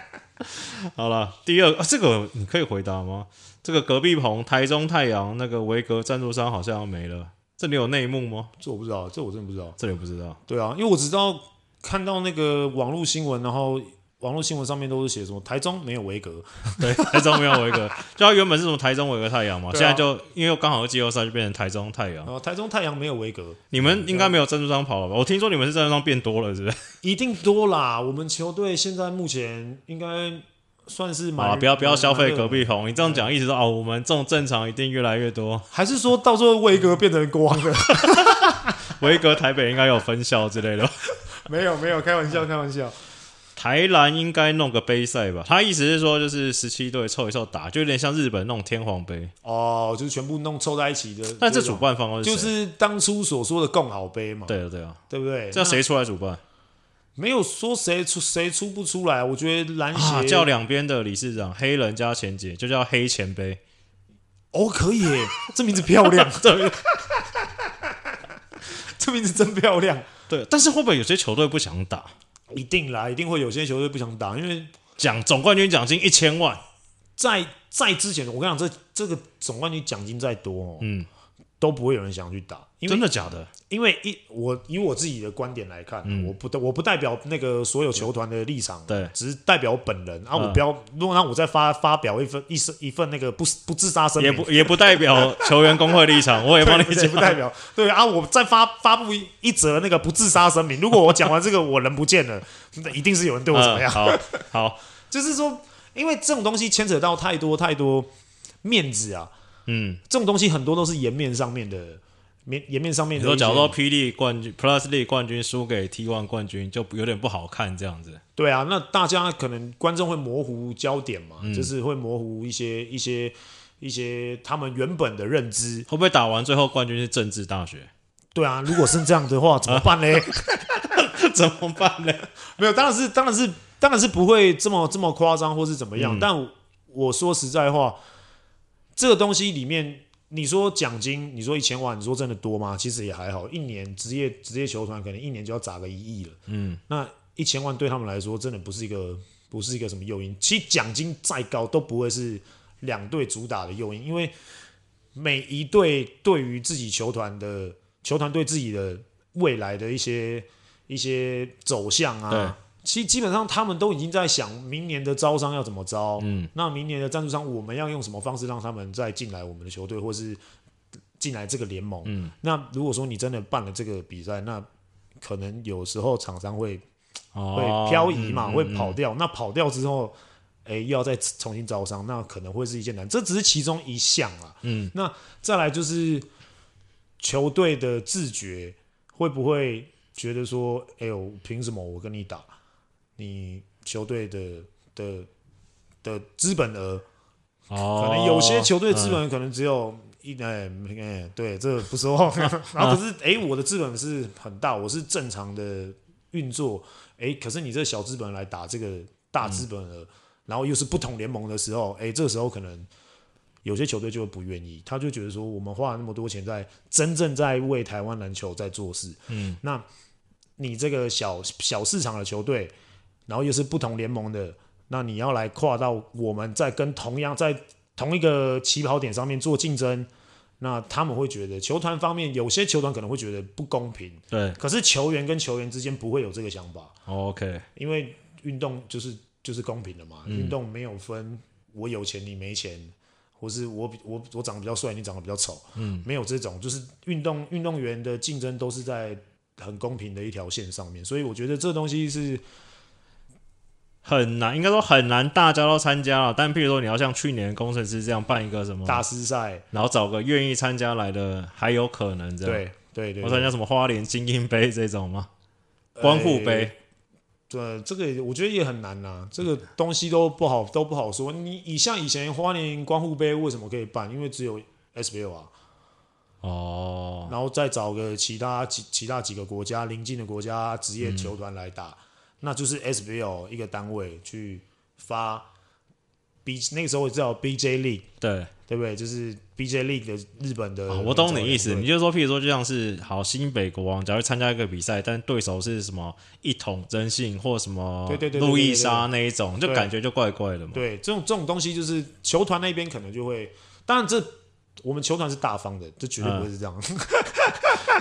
Speaker 1: [LAUGHS]
Speaker 2: 好了，第二、啊、这个你可以回答吗？这个隔壁棚台中太阳那个维格赞助商好像要没了，这里有内幕吗？
Speaker 1: 这我不知道，这我真的不知道。
Speaker 2: 这里不
Speaker 1: [LAUGHS]
Speaker 2: 知道。
Speaker 1: 对啊，因为我只知道看到那个网络新闻，然后网络新闻上面都是写什么台中没有维格，
Speaker 2: 对，台中没有维格，就它原本是从台中维格太阳嘛，
Speaker 1: 对啊嗯
Speaker 2: 现在就因为刚好季后赛就变成台中太阳
Speaker 1: 然。后台中太阳没有维格，
Speaker 2: 你们应该没有赞助商跑了吧？我听说你们是赞助商变多了，是不是？
Speaker 1: 一定多啦。我们球队现在目前应该算是
Speaker 2: 好
Speaker 1: 蛮、
Speaker 2: 啊啦，不要不要消费隔
Speaker 1: 蛮热
Speaker 2: 壁红，你这样讲意思是哦，我们这种正常一定越来越多
Speaker 1: 的，。还是说到时候维格变成国王的？
Speaker 2: 维格台北应该有分校之类的吧，
Speaker 1: [LAUGHS] 没有没有，开玩笑开玩笑。
Speaker 2: 台篮应该弄个杯赛吧？他意思是说，就是十七队凑一凑打，就有点像日本那种天皇杯，
Speaker 1: 哦，就是全部弄凑在一起的种。
Speaker 2: 但这主办方又是
Speaker 1: 就
Speaker 2: 谁
Speaker 1: 是当初所说的共好杯嘛，
Speaker 2: 对啊对啊，
Speaker 1: 对不对？
Speaker 2: 这
Speaker 1: 那
Speaker 2: 样谁出来主办
Speaker 1: 没有说谁出谁出不出来？我觉得篮协、
Speaker 2: 啊？叫两边的理事长黑人加前姐，就叫黑前杯。
Speaker 1: 哦，可以耶，这名字漂 [LAUGHS] 亮，
Speaker 2: 对
Speaker 1: 这名字真漂亮。
Speaker 2: 对，但是会不会有些球队不想打？
Speaker 1: 一定啦，一定会有些球队不想打，因为
Speaker 2: 奖总冠军奖金一千万，
Speaker 1: 在在之前，我跟你讲，这这个总冠军奖金再多哦，
Speaker 2: 嗯，
Speaker 1: 都不会有人想去打，因为
Speaker 2: 真的假的？
Speaker 1: 因为一我以我自己的观点来看，啊我不我不代表那个所有球团的立场，
Speaker 2: 对
Speaker 1: 只是代表我本人啊，
Speaker 2: 嗯
Speaker 1: 我不要，如果让我再发发表一份一声一份那个不不自杀声
Speaker 2: 也
Speaker 1: 明，
Speaker 2: 不也不代表球员工会立场，我也 [LAUGHS] 帮你
Speaker 1: 也
Speaker 2: 讲
Speaker 1: 不。代表对啊，我再发发布一一则那个不自杀声明，如果我讲完这个我人不见了，那一定是有人对我怎么样
Speaker 2: 嗯，？好 [LAUGHS] 好，
Speaker 1: [LAUGHS] 就是说，因为这种东西牵扯到太多太多面子啊，
Speaker 2: 嗯，
Speaker 1: 这种东西很多都是颜面上面的，面颜面上面
Speaker 2: 你
Speaker 1: 的
Speaker 2: 说
Speaker 1: 一
Speaker 2: 假如
Speaker 1: 些
Speaker 2: 说霹雳冠军 Plus League 冠军输给 T One 冠军，就有点不好看这样子。
Speaker 1: 对啊，那大家可能观众会模糊焦点嘛，
Speaker 2: 嗯
Speaker 1: 就是会模糊一些一些一些他们原本的认知。
Speaker 2: 会不会打完最后冠军是政治大学？
Speaker 1: 对啊，如果是这样的话，怎么办嘞？
Speaker 2: [LAUGHS] 怎么办呢？
Speaker 1: 没有，当然是当然是当然是不会这么这么夸张或是怎么样。但我说实在话，这个东西里面，你说奖金，你说一千万，你说真的多吗？其实也还好，一年职业职业球团可能一年就要砸个一亿了。嗯，那一千万对他们来说，真的不是一个不是一个什么诱因。其实奖金再高都不会是两队主打的诱因，因为每一队对于自己球团的球团对自己的未来的一些一些走向
Speaker 2: 对
Speaker 1: 啊，其实基本上他们都已经在想明年的招商要怎么招，
Speaker 2: 嗯，
Speaker 1: 那明年的赞助商我们要用什么方式让他们再进来我们的球队，或是进来这个联盟？
Speaker 2: 嗯，
Speaker 1: 那如果说你真的办了这个比赛，那可能有时候厂商会
Speaker 2: 哦
Speaker 1: 会漂移嘛，
Speaker 2: 嗯
Speaker 1: 会跑掉。那跑掉之后，哎、又要再重新招商，那可能会是一件难。这只是其中一项啊。
Speaker 2: 嗯，
Speaker 1: 那再来就是球队的自觉会不会觉得说，哎、呦，凭什么我跟你打？你球队的的的资本额，可
Speaker 2: 哦，嗯
Speaker 1: 能有些球队资本可能只有。一哎哎，对，这个不说，然后可是哎，我的资本是很大，我是正常的运作，哎，可是你这小资本来打这个大资本额，然后又是不同联盟的时候，哎，这时候可能有些球队就会不愿意，他就觉得说我们花了那么多钱在真正在为台湾篮球在做事，
Speaker 2: 嗯，
Speaker 1: 那你这个小小市场的球队，然后又是不同联盟的，那你要来跨到我们在跟同样在同一个起跑点上面做竞争，那他们会觉得球团方面有些球团可能会觉得不公平，
Speaker 2: 对哦
Speaker 1: 可是球员跟球员之间不会有这个想法，
Speaker 2: ，OK，
Speaker 1: 因为运动就是就是公平的嘛，
Speaker 2: 嗯
Speaker 1: 运动没有分我有钱你没钱，或是我比我我长得比较帅你长得比较丑，
Speaker 2: 嗯，
Speaker 1: 没有这种，就是运动运动员的竞争都是在很公平的一条线上面，所以我觉得这东西是
Speaker 2: 很难，应该说很难，大家都参加了。但譬如说，你要像去年工程师这样办一个什么，
Speaker 1: 大师赛，
Speaker 2: 然后找个愿意参加来的，还有可能这样。
Speaker 1: 对对对，
Speaker 2: 我参加什么花莲精英杯这种吗？光复
Speaker 1: 呃
Speaker 2: 杯，
Speaker 1: 对，这个也我觉得也很难啦，这
Speaker 2: 嗯
Speaker 1: 个东西都不好都不好说。你以像以前花莲光复杯为什么可以办？因为只有 SBL 啊，
Speaker 2: 哦，
Speaker 1: 然后再找个其他其其他几个国家邻近的国家职
Speaker 2: 嗯
Speaker 1: 业球团来打，那就是 SBL 一个单位去发 B 那个时候我知道 BJ League
Speaker 2: 对，
Speaker 1: 对不对？就是 BJ League 的日本的、
Speaker 2: 啊我懂你意思，
Speaker 1: 对
Speaker 2: 你就说，譬如说，就像是好新北国王，假如参加一个比赛，但对手是什么一统真信或什么
Speaker 1: 对对对对对
Speaker 2: 路易莎那一种，就
Speaker 1: 对
Speaker 2: 感觉就怪怪的嘛。
Speaker 1: 对，这种这种东西就是球团那边可能就会，当然这我们球团是大方的，这绝
Speaker 2: 嗯
Speaker 1: 对不会是这样，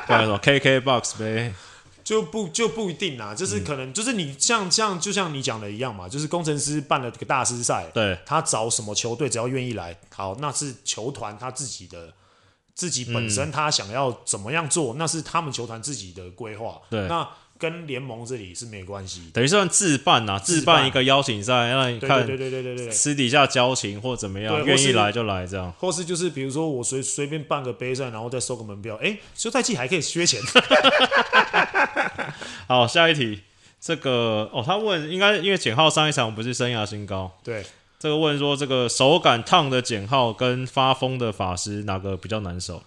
Speaker 2: 怪什么 KKBOX 呗，
Speaker 1: 就不就不一定啦，
Speaker 2: 嗯
Speaker 1: 就是可能、就是你像像就像你讲的一样嘛，就是工程师办了个大师赛，
Speaker 2: 对
Speaker 1: 他找什么球队只要愿意来，好，那是球团他自己的。自己
Speaker 2: 嗯
Speaker 1: 本身他想要怎么样做，那是他们球团自己的规划，
Speaker 2: 对
Speaker 1: 那跟联盟这里是没关系。
Speaker 2: 等于算自办呐、
Speaker 1: 自办
Speaker 2: 自办一个邀请赛，让
Speaker 1: 对
Speaker 2: 你
Speaker 1: 对
Speaker 2: 看
Speaker 1: 对对对对对对。
Speaker 2: 私底下交情或怎么样，
Speaker 1: 对
Speaker 2: 愿
Speaker 1: 或
Speaker 2: 意
Speaker 1: 是
Speaker 2: 来就来这样。
Speaker 1: 或是就是比如说我随随便办个杯赛，然后再收个门票，哎，休赛季还可以削钱。 [LAUGHS]
Speaker 2: 好，下一题，这个哦，他问应该因为简浩上一场不是生涯新高，
Speaker 1: 对，
Speaker 2: 这个问说这个手感烫的简浩跟发疯的法师哪个比较难守，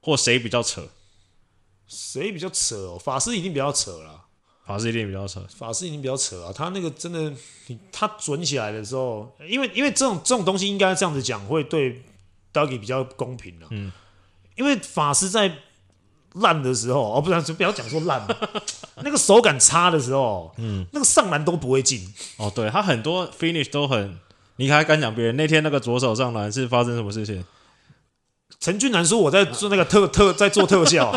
Speaker 2: 或谁比较扯？
Speaker 1: 谁比较扯哦？法师一定比较扯啦，
Speaker 2: 法师一定比较扯，
Speaker 1: 法师一定比较扯啊。他那个真的，你他准起来的时候，因为因为这种这种东西应该这样子讲，会对 Doggy 比较公平啊。
Speaker 2: 嗯，
Speaker 1: 因为法师在烂的时候，哦，不然就不要讲说烂了，那个手感差的时候，嗯，那个上篮都不会进。
Speaker 2: 哦，对他很多 finish 都很，你还敢讲别人？那天那个左手上篮是发生什么事情？
Speaker 1: 陈俊南说我在做那个特特在做特效，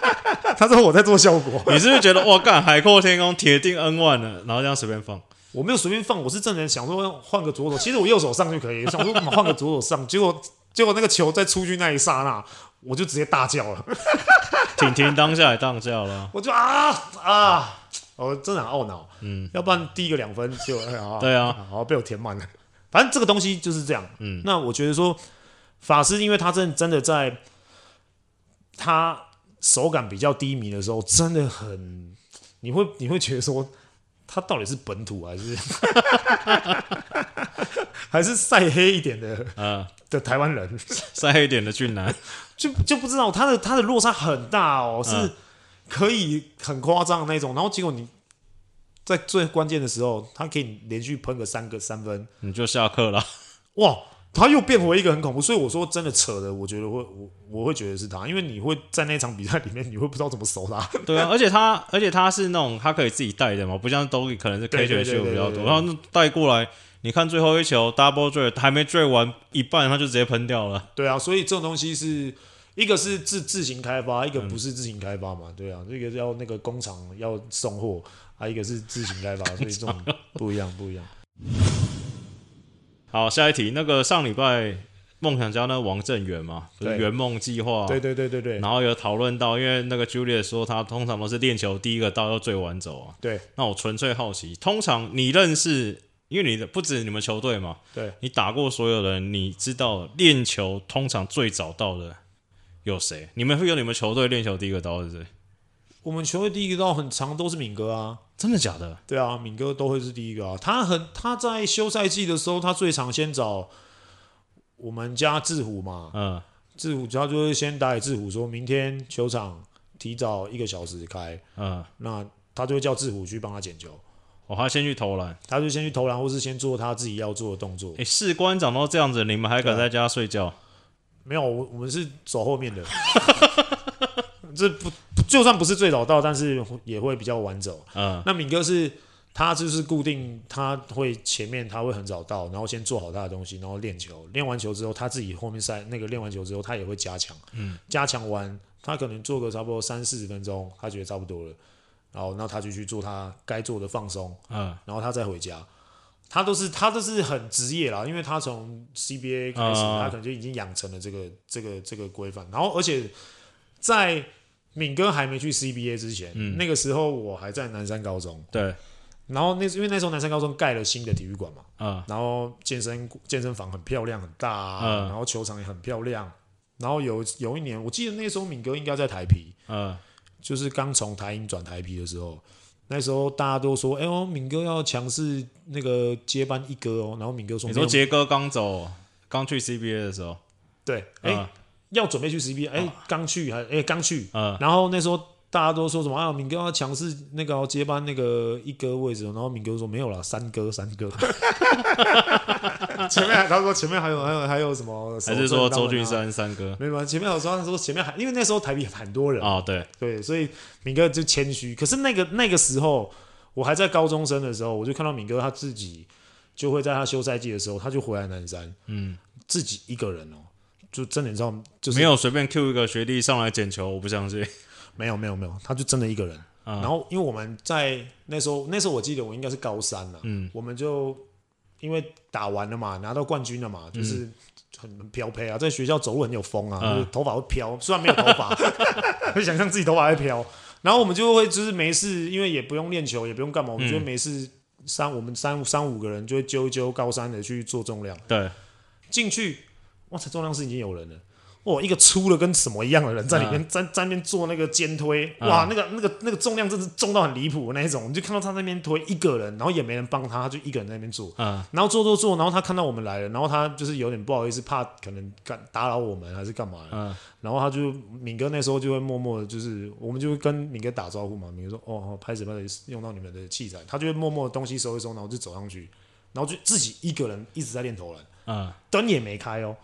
Speaker 1: [LAUGHS] 他说我在做效果。
Speaker 2: [LAUGHS] 你是不是觉得哇干海阔天空，铁定 N one 了，然后这样随便放？
Speaker 1: 我没有随便放，我是正人想说换个左手，其实我右手上就可以，想 [LAUGHS] 说嗯换个左手上，结果结果那个球在出去那一刹那，我就直接大叫了， [LAUGHS]
Speaker 2: 婷婷当下也当下了，
Speaker 1: 我就啊啊，我真的很懊恼，
Speaker 2: 嗯，
Speaker 1: 要不然第一个两分就哎啊，
Speaker 2: 对啊，
Speaker 1: 好被我填满了，反正这个东西就是这样，
Speaker 2: 嗯，
Speaker 1: 那我觉得说法师，因为他真真的在他手感比较低迷的时候，真的很，你会你会觉得说他到底是本土还是 [LAUGHS] 还是晒黑一点的
Speaker 2: 呃，
Speaker 1: 的台湾人，
Speaker 2: 晒黑一点的俊男， [LAUGHS]
Speaker 1: 就就不知道他的他的落差很大哦，
Speaker 2: 嗯
Speaker 1: 是可以很夸张的那种，然后结果你。在最关键的时候，他可以连续喷个三个三分，
Speaker 2: 你就下课了。 [LAUGHS]
Speaker 1: 哇，他又变回一个很恐怖，所以我说真的扯的，我觉得会我我会觉得是他，因为你会在那场比赛里面，你会不知道怎么守他。 [LAUGHS]
Speaker 2: 对啊，而且他而且他是那种他可以自己带的嘛，不像都可能是
Speaker 1: 对
Speaker 2: K 选
Speaker 1: 对对
Speaker 2: 秀比较
Speaker 1: 对对对
Speaker 2: 多，然后那带过来，你看最后一球 double d r a e 还没追完一半，他就直接喷掉了。
Speaker 1: 对啊，所以这种东西是一个是自自行开发，一个不是自行开发嘛，对啊，这个要那个工厂要送货，啊，一个是自行开发，所以这种不一样不一样。
Speaker 2: 好，下一题，那个上礼拜梦想家那王正源嘛，就是
Speaker 1: 对
Speaker 2: 圆梦计划，
Speaker 1: 对对对对对
Speaker 2: 然后有讨论到，因为那个 Julia 说他通常都是练球第一个到又最晚走啊。
Speaker 1: 对
Speaker 2: 那我纯粹好奇，通常你认识，因为你的不止你们球队嘛，
Speaker 1: 对，
Speaker 2: 你打过所有人，你知道练球通常最早到的有谁？你们会有你们球队练球第一个到的是谁？
Speaker 1: 我们球队第一个到很长都是敏哥啊，
Speaker 2: 真的假的？
Speaker 1: 对啊，敏哥都会是第一个啊。他很他在休赛季的时候，他最常先找我们家志虎嘛，
Speaker 2: 嗯，
Speaker 1: 志虎他就是先打给志虎，说明天球场提早一个小时开，
Speaker 2: 嗯，
Speaker 1: 那他就会叫志虎去帮他捡球，
Speaker 2: 我、还先去投篮。
Speaker 1: 他就先去投篮，或是先做他自己要做的动作。
Speaker 2: 诶，士官长都这样子，你们还
Speaker 1: 啊
Speaker 2: 敢在家睡觉？
Speaker 1: 没有，我我们是走后面的， [LAUGHS] 这不就算不是最早到，但是也会比较晚走。
Speaker 2: 嗯，
Speaker 1: 那敏哥是他就是固定，他会前面他会很早到，然后先做好他的东西，然后练球。练完球之后，他自己后面赛那个练完球之后，他也会加强。嗯，加强完，他可能做个差不多三四十分钟，他觉得差不多了，然后那他就去做他该做的放松，
Speaker 2: 嗯，
Speaker 1: 然后他再回家。他都是他都是很职业啦，因为他从 CBA 开始，
Speaker 2: 啊
Speaker 1: 他可能就已经养成了这个这个这个规范。然后，而且在敏哥还没去 CBA 之前，
Speaker 2: 嗯
Speaker 1: 那个时候我还在南山高中，
Speaker 2: 对，
Speaker 1: 然后那因为那时候南山高中盖了新的体育馆嘛，
Speaker 2: 嗯
Speaker 1: 然后健身健身房很漂亮很大、啊，
Speaker 2: 嗯
Speaker 1: 然后球场也很漂亮。然后有有一年，我记得那时候敏哥应该在台啤，
Speaker 2: 嗯，
Speaker 1: 就是刚从台英转台啤的时候，那时候大家都说，哎呦，敏哥要强势那个接班一哥哦。然后敏哥说，
Speaker 2: 你说
Speaker 1: 没有
Speaker 2: 杰哥刚走，刚去 CBA 的时候，
Speaker 1: 对，哎、
Speaker 2: 嗯
Speaker 1: 要准备去 CBA，哎、
Speaker 2: 啊
Speaker 1: 刚去还哎刚去，
Speaker 2: 嗯
Speaker 1: 然后那时候大家都说什么啊，敏哥要强势那个哦、接班那个一哥位置哦，然后敏哥说没有啦，三哥三哥。 [LAUGHS] 前面还他说前面还有还有还有什么手震他
Speaker 2: 还
Speaker 1: 们啊？
Speaker 2: 是说周俊山三哥？
Speaker 1: 没有啊，前面有说他说前面还因为那时候台北很多人，
Speaker 2: 哦，对，
Speaker 1: 对，所以敏哥就谦虚。可是那个那个时候，我还在高中生的时候，我就看到敏哥他自己就会在他休赛季的时候，他就回来南山，
Speaker 2: 嗯，
Speaker 1: 自己一个人哦，就真的你知道，就是
Speaker 2: 没有随便 Q 一个学弟上来捡球，我不相信。 [LAUGHS]
Speaker 1: 没有没有没有，他就真的一个人。
Speaker 2: 嗯
Speaker 1: 然后因为我们在那时候，那时候我记得我应该是高三了，
Speaker 2: 嗯，
Speaker 1: 我们就因为打完了嘛，拿到冠军了嘛，就是很很飘飘啊，在学校走路很有风啊，
Speaker 2: 嗯
Speaker 1: 就是头发会飘，虽然没有头发，会想象自己头发会飘。然后我们就会就是没事，因为也不用练球，也不用干嘛，我们就没事三我们三三五个人就会揪一揪高三的去做重量，
Speaker 2: 对，
Speaker 1: 进去，哇塞，重量是已经有人了。哇，一个粗的跟什么一样的人在里面、在在那边做那个肩推，
Speaker 2: 嗯
Speaker 1: 哇，那个那个那个重量真是重到很离谱的那一种，你就看到他那边推一个人，然后也没人帮他，他就一个人在那边做，
Speaker 2: 嗯
Speaker 1: 然后做做做，然后他看到我们来了，然后他就是有点不好意思，怕可能干打扰我们还是干嘛的，
Speaker 2: 嗯
Speaker 1: 然后他就敏哥那时候就会默默的，就是我们就会跟敏哥打招呼嘛，敏哥说哦哦，拍手拍手，用到你们的器材，他就会默默的东西收一收，然后就走上去，然后就自己一个人一直在练投篮，
Speaker 2: 嗯，
Speaker 1: 灯也没开哦。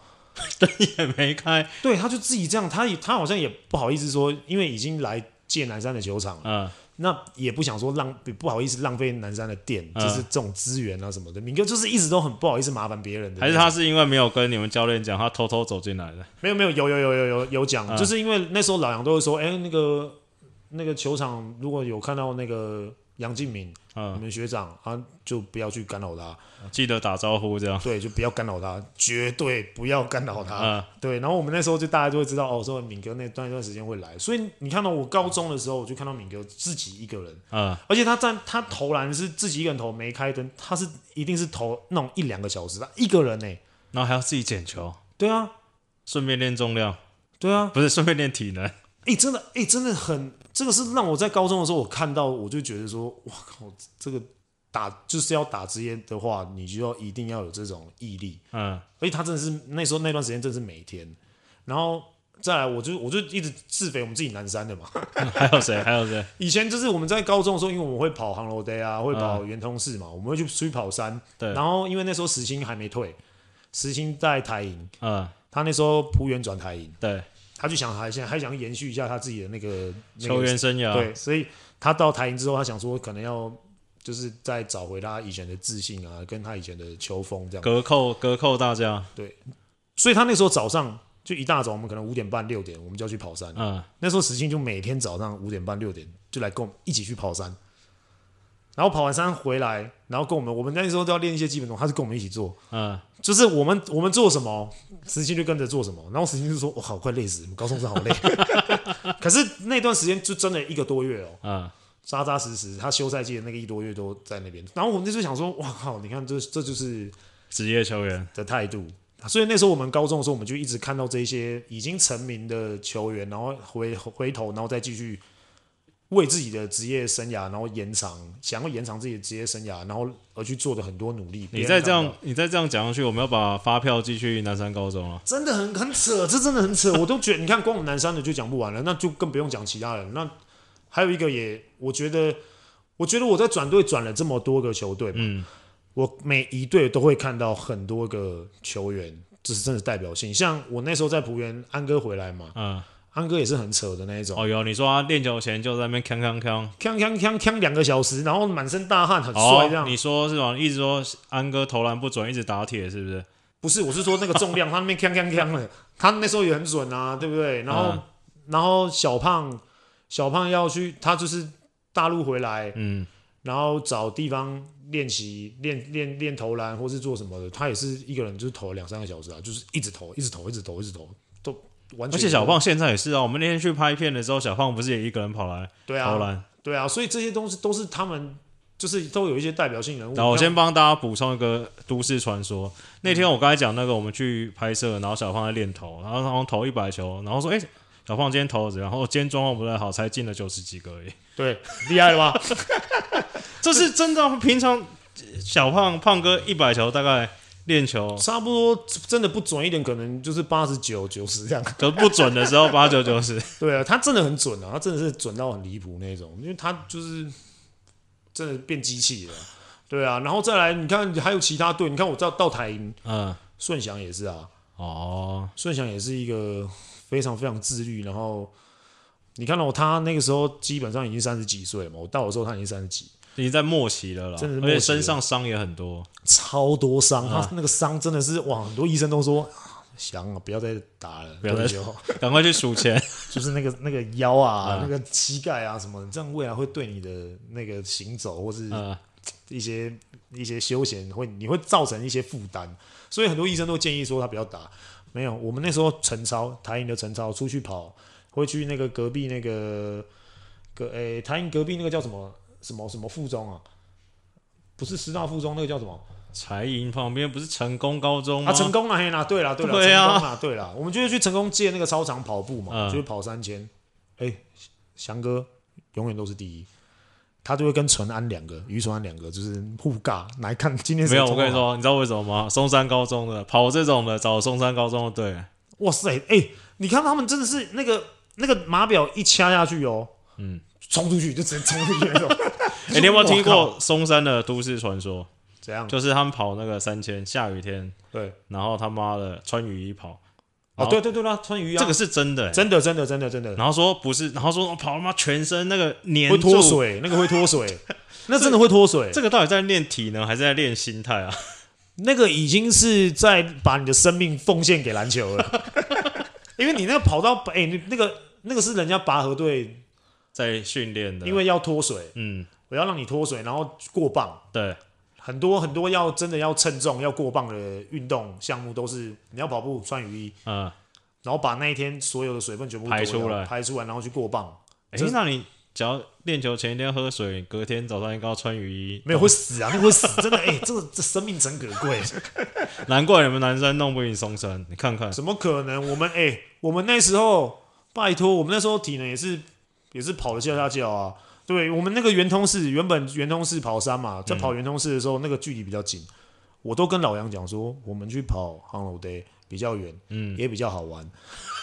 Speaker 2: 也没开，
Speaker 1: 对，他就自己这样，他也他好像也不好意思说，因为已经来借南山的球场了，
Speaker 2: 嗯
Speaker 1: 那也不想说浪不好意思浪费南山的店，
Speaker 2: 嗯
Speaker 1: 就是这种资源啊什么的。敏哥就是一直都很不好意思麻烦别人的那种，
Speaker 2: 还是他是因为没有跟你们教练讲，他偷偷走进来的。
Speaker 1: 没有没有有有有有有有讲，
Speaker 2: 嗯
Speaker 1: 就是因为那时候老杨都会说，哎、那个那个球场如果有看到那个杨敬敏，你
Speaker 2: 嗯，
Speaker 1: 们学长啊，就不要去干扰他，
Speaker 2: 记得打招呼这样。
Speaker 1: 对，就不要干扰他，绝对不要干扰他。
Speaker 2: 嗯
Speaker 1: 对，然后我们那时候就大家就会知道哦，说敏哥那段一段时间会来，所以你看到我高中的时候，我就看到敏哥自己一个人，
Speaker 2: 嗯
Speaker 1: 而且他站他投篮是自己一个人投，没开灯，他是一定是投那种一两个小时，他一个人呢、
Speaker 2: 然后还要自己捡球，
Speaker 1: 对啊，
Speaker 2: 顺便练重量，
Speaker 1: 对啊，
Speaker 2: 不是顺便练体能。
Speaker 1: 诶，真的，诶，真的很，这个是让我在高中的时候，我看到我就觉得说，哇靠，这个打就是要打职业的话，你就要一定要有这种毅力，
Speaker 2: 嗯
Speaker 1: 而且他真的是那时候那段时间真的是每天，然后再来我就我就一直自肥我们自己南山的嘛。 [LAUGHS]
Speaker 2: 还有谁？还有谁？
Speaker 1: 以前就是我们在高中的时候，因为我们会跑航楼 day 啊，会跑圆通寺嘛，我们会去出去跑山。
Speaker 2: 对
Speaker 1: 然后因为那时候时薪还没退，时薪在台银，
Speaker 2: 嗯，
Speaker 1: 他那时候浦原转台银，
Speaker 2: 对，
Speaker 1: 他就想还想还想延续一下他自己的那个那
Speaker 2: 球
Speaker 1: 个
Speaker 2: 员啊生涯。
Speaker 1: 对，所以他到台银之后，他想说可能要就是再找回他以前的自信啊，跟他以前的球风这样。
Speaker 2: 隔扣隔扣大家。
Speaker 1: 所以他那时候早上就一大早，我们可能五点半六点我们就要去跑山。
Speaker 2: 嗯，
Speaker 1: 那时候时兴就每天早上五点半六点就来跟我们一起去跑山，然后跑完山回来，然后跟我们我们那时候都要练一些基本功，他就跟我们一起做，
Speaker 2: 嗯，
Speaker 1: 就是我们我们做什么，时兴就跟着做什么，然后时兴就说：“我靠，快累死了，我们高中生好累。”可是那段时间就真的一个多月哦，
Speaker 2: 嗯，
Speaker 1: 扎扎实实，他休赛季的那个一多月都在那边。然后我们那时候想说：“哇靠，你看这这就是
Speaker 2: 职业球员。
Speaker 1: 的态度。所以那时候我们高中的时候，我们就一直看到这些已经成名的球员，然后回回头，然后再继续为自己的职业生涯，然后延长，想要延长自己的职业生涯，然后而去做的很多努力。别
Speaker 2: 你
Speaker 1: 人
Speaker 2: 再
Speaker 1: 看
Speaker 2: 这
Speaker 1: 不
Speaker 2: 样
Speaker 1: 到，
Speaker 2: 你再这样讲下去，我们要把发票寄去南山高中了。
Speaker 1: 真的很很扯，这真的很
Speaker 2: [LAUGHS]
Speaker 1: 扯，我都觉得，你看光我们南山的就讲不完了，那就更不用讲其他人。那还有一个也，我觉得，我觉得我在转队转了这么多个球队嘛，
Speaker 2: 嗯
Speaker 1: 我每一队都会看到很多个球员，这是真的代表性。像我那时候在浦原，安哥回来嘛，
Speaker 2: 嗯
Speaker 1: 安、安哥也是很扯的那一种，
Speaker 2: 哦，有你说他练球前就在那边锵锵锵，
Speaker 1: 锵锵锵锵两个小时，然后满身大汗，很帅这
Speaker 2: 哦，
Speaker 1: 样。
Speaker 2: 你说是吧？一直说安哥投篮不准，一直打铁，是不是？
Speaker 1: 不是，我是说那个重量，他那边锵锵锵的，他那时候也很准啊，对不对？然后，
Speaker 2: 嗯
Speaker 1: 然后小胖，小胖要去，他就是大陆回来，
Speaker 2: 嗯，
Speaker 1: 然后找地方练习，练练练投篮或是做什么的，他也是一个人就是投了两三个小时啊，就是一直投，一直投，一直投，一直投，都完全。
Speaker 2: 而且小胖现在也是啊，我们那天去拍片的时候，小胖不是也一个人跑来
Speaker 1: 对
Speaker 2: 投
Speaker 1: 啊，
Speaker 2: 篮？
Speaker 1: 对啊，所以这些东西都是他们就是都有一些代表性人物。
Speaker 2: 然后我先帮大家补充一个都市传说。那天我刚才讲那个，我们去拍摄，然后小胖在练投，然后他好像投一百球，然后说：“哎、小胖今天投的怎样？”然后今天状况不太好，才进了九十几个而已。
Speaker 1: 对厉害了吧？
Speaker 2: 这是真的啊，平常小胖胖哥一百球大概练球
Speaker 1: 差不多真的不准一点，可能就是八十九、九十这样。
Speaker 2: 可不准的时候八九九十，
Speaker 1: 对啊，他真的很准啊，他真的是准到很离谱那种，因为他就是真的变机器了。对啊，然后再来，你看还有其他队，你看我到到台银
Speaker 2: 嗯，
Speaker 1: 顺祥也是啊，
Speaker 2: 哦，
Speaker 1: 顺祥也是一个非常非常自律，然后你看到、他那个时候基本上已经三十几岁了嘛，我到的时候他已经三十几，
Speaker 2: 已经在末期了啦，
Speaker 1: 真的是
Speaker 2: 而
Speaker 1: 末期了
Speaker 2: 且身上伤也很多，
Speaker 1: 超多伤，
Speaker 2: 啊
Speaker 1: 他那个伤真的是哇，很多医生都说。啊翔啊，不要再打了，
Speaker 2: 不要再
Speaker 1: 退休
Speaker 2: 赶快去数钱。
Speaker 1: 就是那个那个腰啊，
Speaker 2: 啊
Speaker 1: 那个膝盖啊什么，这样未来会对你的那个行走或是
Speaker 2: 嗯，
Speaker 1: 一些一些休闲会，你会造成一些负担，所以很多医生都建议说他不要打。没有，我们那时候陈超台营的陈超出去跑，会去那个隔壁那个隔诶、台营隔壁那个叫什么什么什么附中啊？不是师大附中那个叫什么？
Speaker 2: 柴营旁边不是成功高中吗？
Speaker 1: 啊，成功了，嘿啦，对啦，对啦，
Speaker 2: 嗯对啊
Speaker 1: 成功啦，对啦，我们就是去成功借那个操场跑步嘛，
Speaker 2: 嗯
Speaker 1: 就是跑三千。哎，翔哥永远都是第一，他就会跟淳安两个、于淳安两个就是互尬，来看今天谁
Speaker 2: 没有，
Speaker 1: 冲啊
Speaker 2: 我跟你
Speaker 1: 好
Speaker 2: 说，你知道为什么吗？松山高中的跑这种的找松山高中的队，
Speaker 1: 哇塞，哎、你看他们真的是那个那个码表一掐下去哦，
Speaker 2: 嗯，
Speaker 1: 冲出去就直接冲出
Speaker 2: [LAUGHS]
Speaker 1: 去那种。
Speaker 2: 哎、你有没有听
Speaker 1: 哇靠？
Speaker 2: 过松山的都市传说？
Speaker 1: 怎样？
Speaker 2: 就是他们跑那个三千，下雨天，
Speaker 1: 对，
Speaker 2: 然后他妈的穿雨衣跑，
Speaker 1: 哦，
Speaker 2: 好
Speaker 1: 对对对啦，穿鱼啊，
Speaker 2: 这个是真的、欸。
Speaker 1: 真的真的真的真的
Speaker 2: 然后说不是，然后说跑他妈全身那个黏
Speaker 1: 会脱
Speaker 2: 住，
Speaker 1: 水，那个会脱
Speaker 2: [LAUGHS]
Speaker 1: 水，那真的会脱水。
Speaker 2: 这个到底在练体能还是在练心态啊？ [LAUGHS]
Speaker 1: 那个已经是在把你的生命奉献给篮球了，
Speaker 2: [LAUGHS]
Speaker 1: 因为你那个跑到哎、你那个那个是人家拔河队，
Speaker 2: 在训练的，
Speaker 1: 因为要脱水，
Speaker 2: 嗯，
Speaker 1: 我要让你脱水，然后过磅。
Speaker 2: 对，
Speaker 1: 很多很多要真的要称重要过磅的运动项目都是你要跑步穿雨衣，
Speaker 2: 嗯，
Speaker 1: 然后把那一天所有的水分全部
Speaker 2: 排
Speaker 1: 躲掉
Speaker 2: 出来
Speaker 1: 排出来，然后去过磅，
Speaker 2: 哎、
Speaker 1: 这
Speaker 2: 那你只要练球前一天喝水，隔天早上应该要穿雨衣。
Speaker 1: 没有会死啊，那个会死，真的哎、这个这生命诚可贵，
Speaker 2: [LAUGHS] 难怪你们男生弄不赢松山，你看看，
Speaker 1: 怎么可能？我们哎、我们那时候拜托，我们那时候体能也是也是跑的下下叫啊。对我们那个圆通寺，原本圆通寺跑山嘛，在跑圆通寺的时候，那个距离比较近，我都跟老杨讲说，我们去跑 h o n l o Day 比较远，
Speaker 2: 嗯，
Speaker 1: 也比较好玩。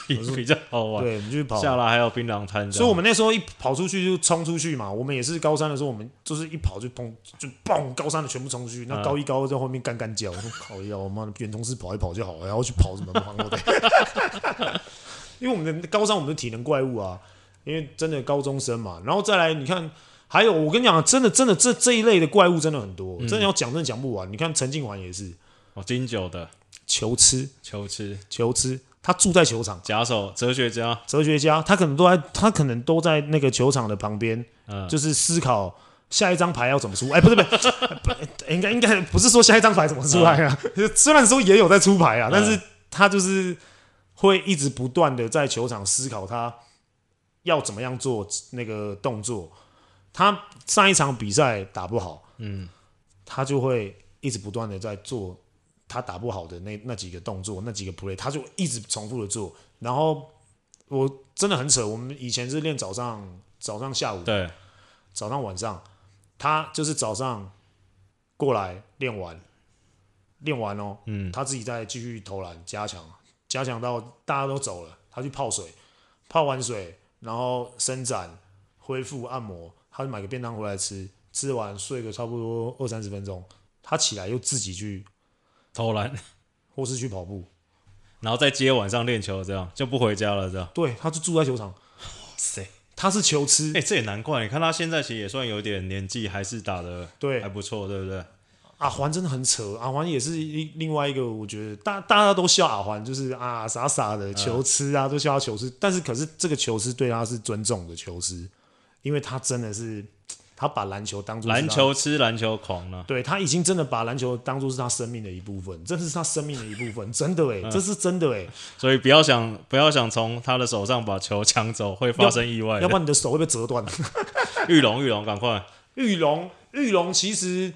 Speaker 2: 比比较好玩。
Speaker 1: 对，我们去跑
Speaker 2: 下来还有槟榔摊这样，
Speaker 1: 所以我们那时候一跑出去就冲出去嘛，我们也是高三的时候，我们就是一跑就砰就砰，高三的全部冲出去，那
Speaker 2: 嗯
Speaker 1: 高一高二在后面干干叫，我说靠哎呀，我妈的远同事跑一跑就好了，然后去跑什么忙我的，
Speaker 2: [LAUGHS]
Speaker 1: 因为我们的高三我们的体能怪物啊，因为真的高中生嘛，然后再来你看。还有，我跟你讲，真的，真的，这这一类的怪物真的很多，
Speaker 2: 嗯
Speaker 1: 真的要讲，真的讲不完。你看陈静环也是
Speaker 2: 哦，金九的
Speaker 1: 球痴，
Speaker 2: 球痴
Speaker 1: 球痴，他住在球场。
Speaker 2: 假手哲学家，
Speaker 1: 哲学家，他可能都在，他可能都在那个球场的旁边，
Speaker 2: 嗯
Speaker 1: 就是思考下一张牌要怎么出。哎、不是不是， [LAUGHS] 不应该应该不是说下一张牌怎么出来啊。 [LAUGHS] 虽然说也有在出牌啊，
Speaker 2: 嗯
Speaker 1: 但是他就是会一直不断的在球场思考他要怎么样做那个动作。他上一场比赛打不好，
Speaker 2: 嗯，
Speaker 1: 他就会一直不断的在做他打不好的那那几个动作，那几个 play，他就一直重复的做。然后我真的很扯，我们以前是练早上、早上、下午、
Speaker 2: 对，
Speaker 1: 早上、晚上，他就是早上过来练完，练完哦，
Speaker 2: 嗯，
Speaker 1: 他自己再继续投篮加强，加强到大家都走了，他去泡水，泡完水然后伸展、恢复、按摩，他就买个便当回来吃，吃完睡个差不多二三十分钟，他起来又自己去
Speaker 2: 投篮， [LAUGHS]
Speaker 1: 或是去跑步，
Speaker 2: 然后再接晚上练球，这样就不回家了，这样。
Speaker 1: 对，他就住在球场，
Speaker 2: 哇塞，
Speaker 1: 他是球痴，
Speaker 2: 哎、这也难怪。你看他现在其实也算有点年纪，还是打的
Speaker 1: 对
Speaker 2: 还不错，对不对？
Speaker 1: 阿环真的很扯，阿环也是另另外一个，我觉得大大家都笑阿环，就是啊傻傻的球痴啊，都笑他球痴。但是可是这个球痴对他是尊重的球痴，因为他真的是他把篮球当做
Speaker 2: 篮，球痴，篮球狂啊呢、
Speaker 1: 对他已经真的把篮球当做是他生命的一部分，这是他生命的一部分，真的哎、
Speaker 2: 嗯
Speaker 1: 这是真的哎、
Speaker 2: 所以不要想不要想从他的手上把球抢走，会发生意外
Speaker 1: 要
Speaker 2: 的
Speaker 1: 不。然你的手会被折断。
Speaker 2: 玉龙，玉龙，赶快！
Speaker 1: 玉龙，玉龙其实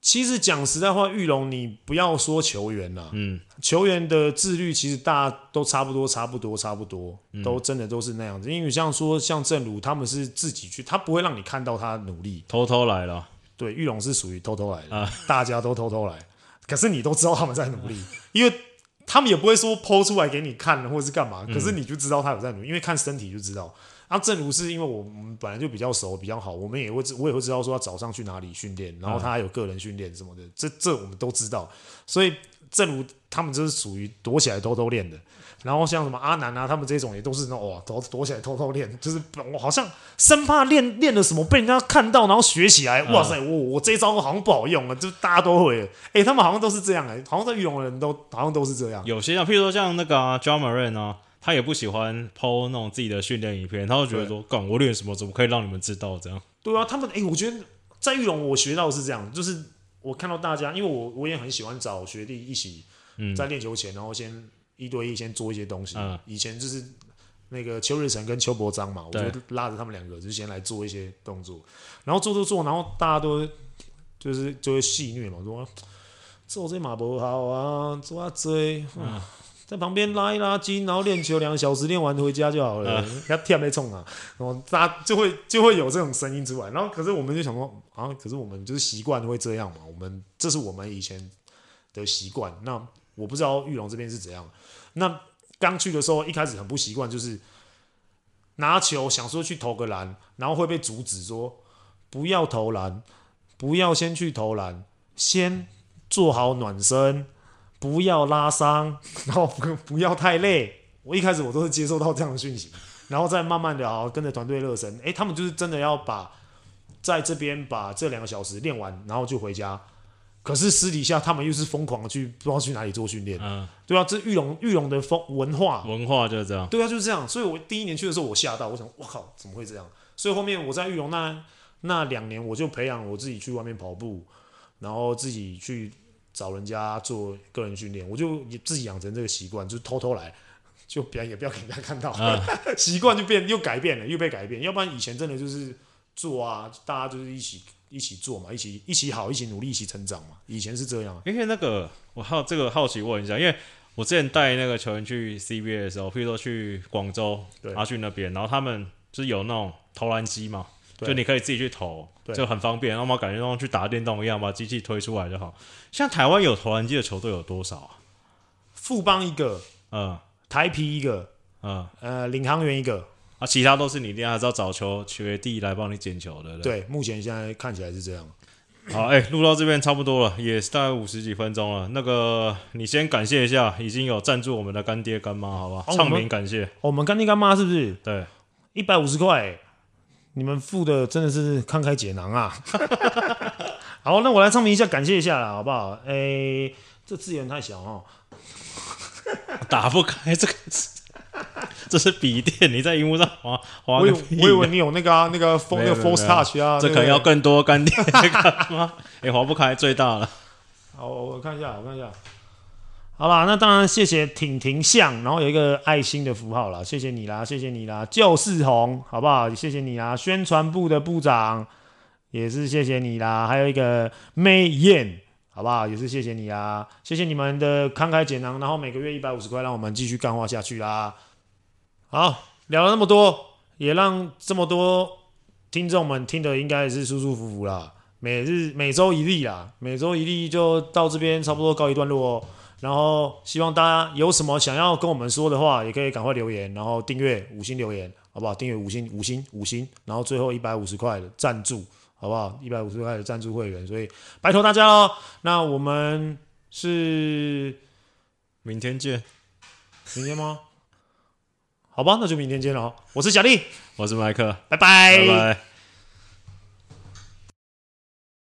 Speaker 1: 其实讲实在话，玉龙你不要说球员啦，
Speaker 2: 嗯，
Speaker 1: 球员的自律其实大家都差不多，差不多，差不多，都真的都是那样子。因为像说像正如他们是自己去，他不会让你看到他努力。
Speaker 2: 偷偷来了，
Speaker 1: 对，玉龙是属于偷偷来的，大家都偷偷来，可是你都知道他们在努力，因为他们也不会说剖出来给你看或者是干嘛，可是你就知道他有在努力，因为看身体就知道。啊，正如是因为我们本来就比较熟，比较好，我们也会知我也会知道说他早上去哪里训练，然后他还有个人训练什么的，这这我们都知道。所以正如他们就是属于躲起来偷偷练的，然后像什么阿南啊，他们这种也都是那种哇躲躲起来偷偷练，就是我好像生怕练练了什么被人家看到，然后学起来，哇塞，我我这一招好像不好用啊，就大家都会了，哎、他们好像都是这样哎、好像在玉龙的人都好像都是这样，
Speaker 2: 有些像，譬如说像那个、啊、John m a r a n 啊，他也不喜欢 PO 那种自己的训练影片，他会觉得说，干我练什么，怎么可以让你们知道这样？
Speaker 1: 对啊，他们哎、我觉得在玉龙我学到的是这样，就是我看到大家，因为我我也很喜欢找学弟一起
Speaker 2: 嗯，
Speaker 1: 在练球前，然后先一对一先做一些东西。
Speaker 2: 嗯
Speaker 1: 以前就是那个邱瑞成跟邱伯章嘛，我
Speaker 2: 对
Speaker 1: 就拉着他们两个就先来做一些动作，然后做做做，然后大家都就是就会戏虐嘛，说啊做这马不好啊，做啊这。嗯在旁边拉一拉筋，然后练球两个小时，练完回家就好了。要跳没冲啊，然后大家就会就会有这种声音之外，然后可是我们就想说啊，可是我们就是习惯会这样嘛，我们这是我们以前的习惯。那我不知道玉龙这边是怎样。那刚去的时候，一开始很不习惯，就是拿球想说去投个篮，然后会被阻止说不要投篮，不要先去投篮，先做好暖身，不要拉伤， [LAUGHS] 然后不不要太累。我一开始我都是接受到这样的讯息，然后再慢慢的好跟着团队热身。诶，他们就是真的要把在这边把这两个小时练完，然后就回家。可是私底下他们又是疯狂的去不知道去哪里做训练，
Speaker 2: 嗯，
Speaker 1: 对啊，这玉龙玉龙的风文化，
Speaker 2: 文化就是这样。
Speaker 1: 对啊，就是这样。所以我第一年去的时候，我吓到，我想，我靠，怎么会这样？所以后面我在玉龙那那两年，我就培养我自己去外面跑步，然后自己去找人家做个人训练，我就也自己养成这个习惯，就是偷偷来，就不要也不要给人家看到，习惯就变又改变了，又被改变。要不然以前真的就是做啊，大家就是一起一起做嘛，一起一起好，一起努力，一起成长嘛。以前是这样啊，
Speaker 2: 因为那个我好这个好奇问一下，因为我之前带那个球员去 CBA 的时候，譬如说去广州，
Speaker 1: 对
Speaker 2: 然后去那边，然后他们就是有那种投篮机嘛，
Speaker 1: 对
Speaker 2: 就你可以自己去投，
Speaker 1: 对
Speaker 2: 就很方便，然后感觉像去打电动一样，把机器推出来就好。像台湾有投篮机的球队有多少啊？
Speaker 1: 富邦一个，
Speaker 2: 嗯
Speaker 1: 台皮一个，
Speaker 2: 嗯，
Speaker 1: 呃，领航员一个，
Speaker 2: 啊，其他都是你一定还是要找球学弟来帮你捡球的。不，
Speaker 1: 对，目前现在看起来是这样。
Speaker 2: 好，哎、录到这边差不多了，也是大概五十几分钟了。那个，你先感谢一下已经有赞助我们的干爹干妈，好吧？
Speaker 1: 哦
Speaker 2: 唱
Speaker 1: 我
Speaker 2: 名
Speaker 1: 们
Speaker 2: 感谢，
Speaker 1: 哦我们干爹干妈是不是
Speaker 2: 对。 [LAUGHS]
Speaker 1: 一百五十块？你们付的真的是慷慨解囊啊！ [LAUGHS] 好，那我来唱名一下，感谢一下啦，好不好？诶、这字眼太小哦。
Speaker 2: 打不开这个， [LAUGHS] 这是笔电，你在荧幕上滑滑
Speaker 1: 我以
Speaker 2: 个
Speaker 1: 为
Speaker 2: 屁
Speaker 1: 我以为你有那个啊，那个 f
Speaker 2: 没
Speaker 1: 那
Speaker 2: 有
Speaker 1: 个
Speaker 2: 没有
Speaker 1: force touch 啊，对
Speaker 2: 这可
Speaker 1: 不
Speaker 2: 能
Speaker 1: 对
Speaker 2: 要更多干爹干妈，哎、划不开最大了，
Speaker 1: 好，我我看一下，我看一下。好啦，那当然谢谢挺挺像，然后有一个爱心的符号啦，谢谢你啦，谢谢你啦，就是红，好不好？谢谢你啦，宣传部的部长也是谢谢你啦，还有一个 May 燕，好不好？也是谢谢你啦，谢谢你们的慷慨解囊，然后每个月一百五十块，让我们继续干化下去啦。好，聊了那么多，也让这么多听众们听的应该也是舒舒服服啦。每日每周一例啦，每周一例就到这边差不多告一段落哦。然后希望大家有什么想要跟我们说的话，也可以赶快留言，然后订阅五星留言，好不好？订阅五星五星五星，然后最后一百五十块的赞助，好不好？一百五十块的赞助会员，所以拜托大家喽。那我们是
Speaker 2: 明天见，
Speaker 1: 明天吗？好吧，那就明天见了哦。我是小丽，
Speaker 2: 我是麦克，
Speaker 1: 拜拜
Speaker 2: 拜拜。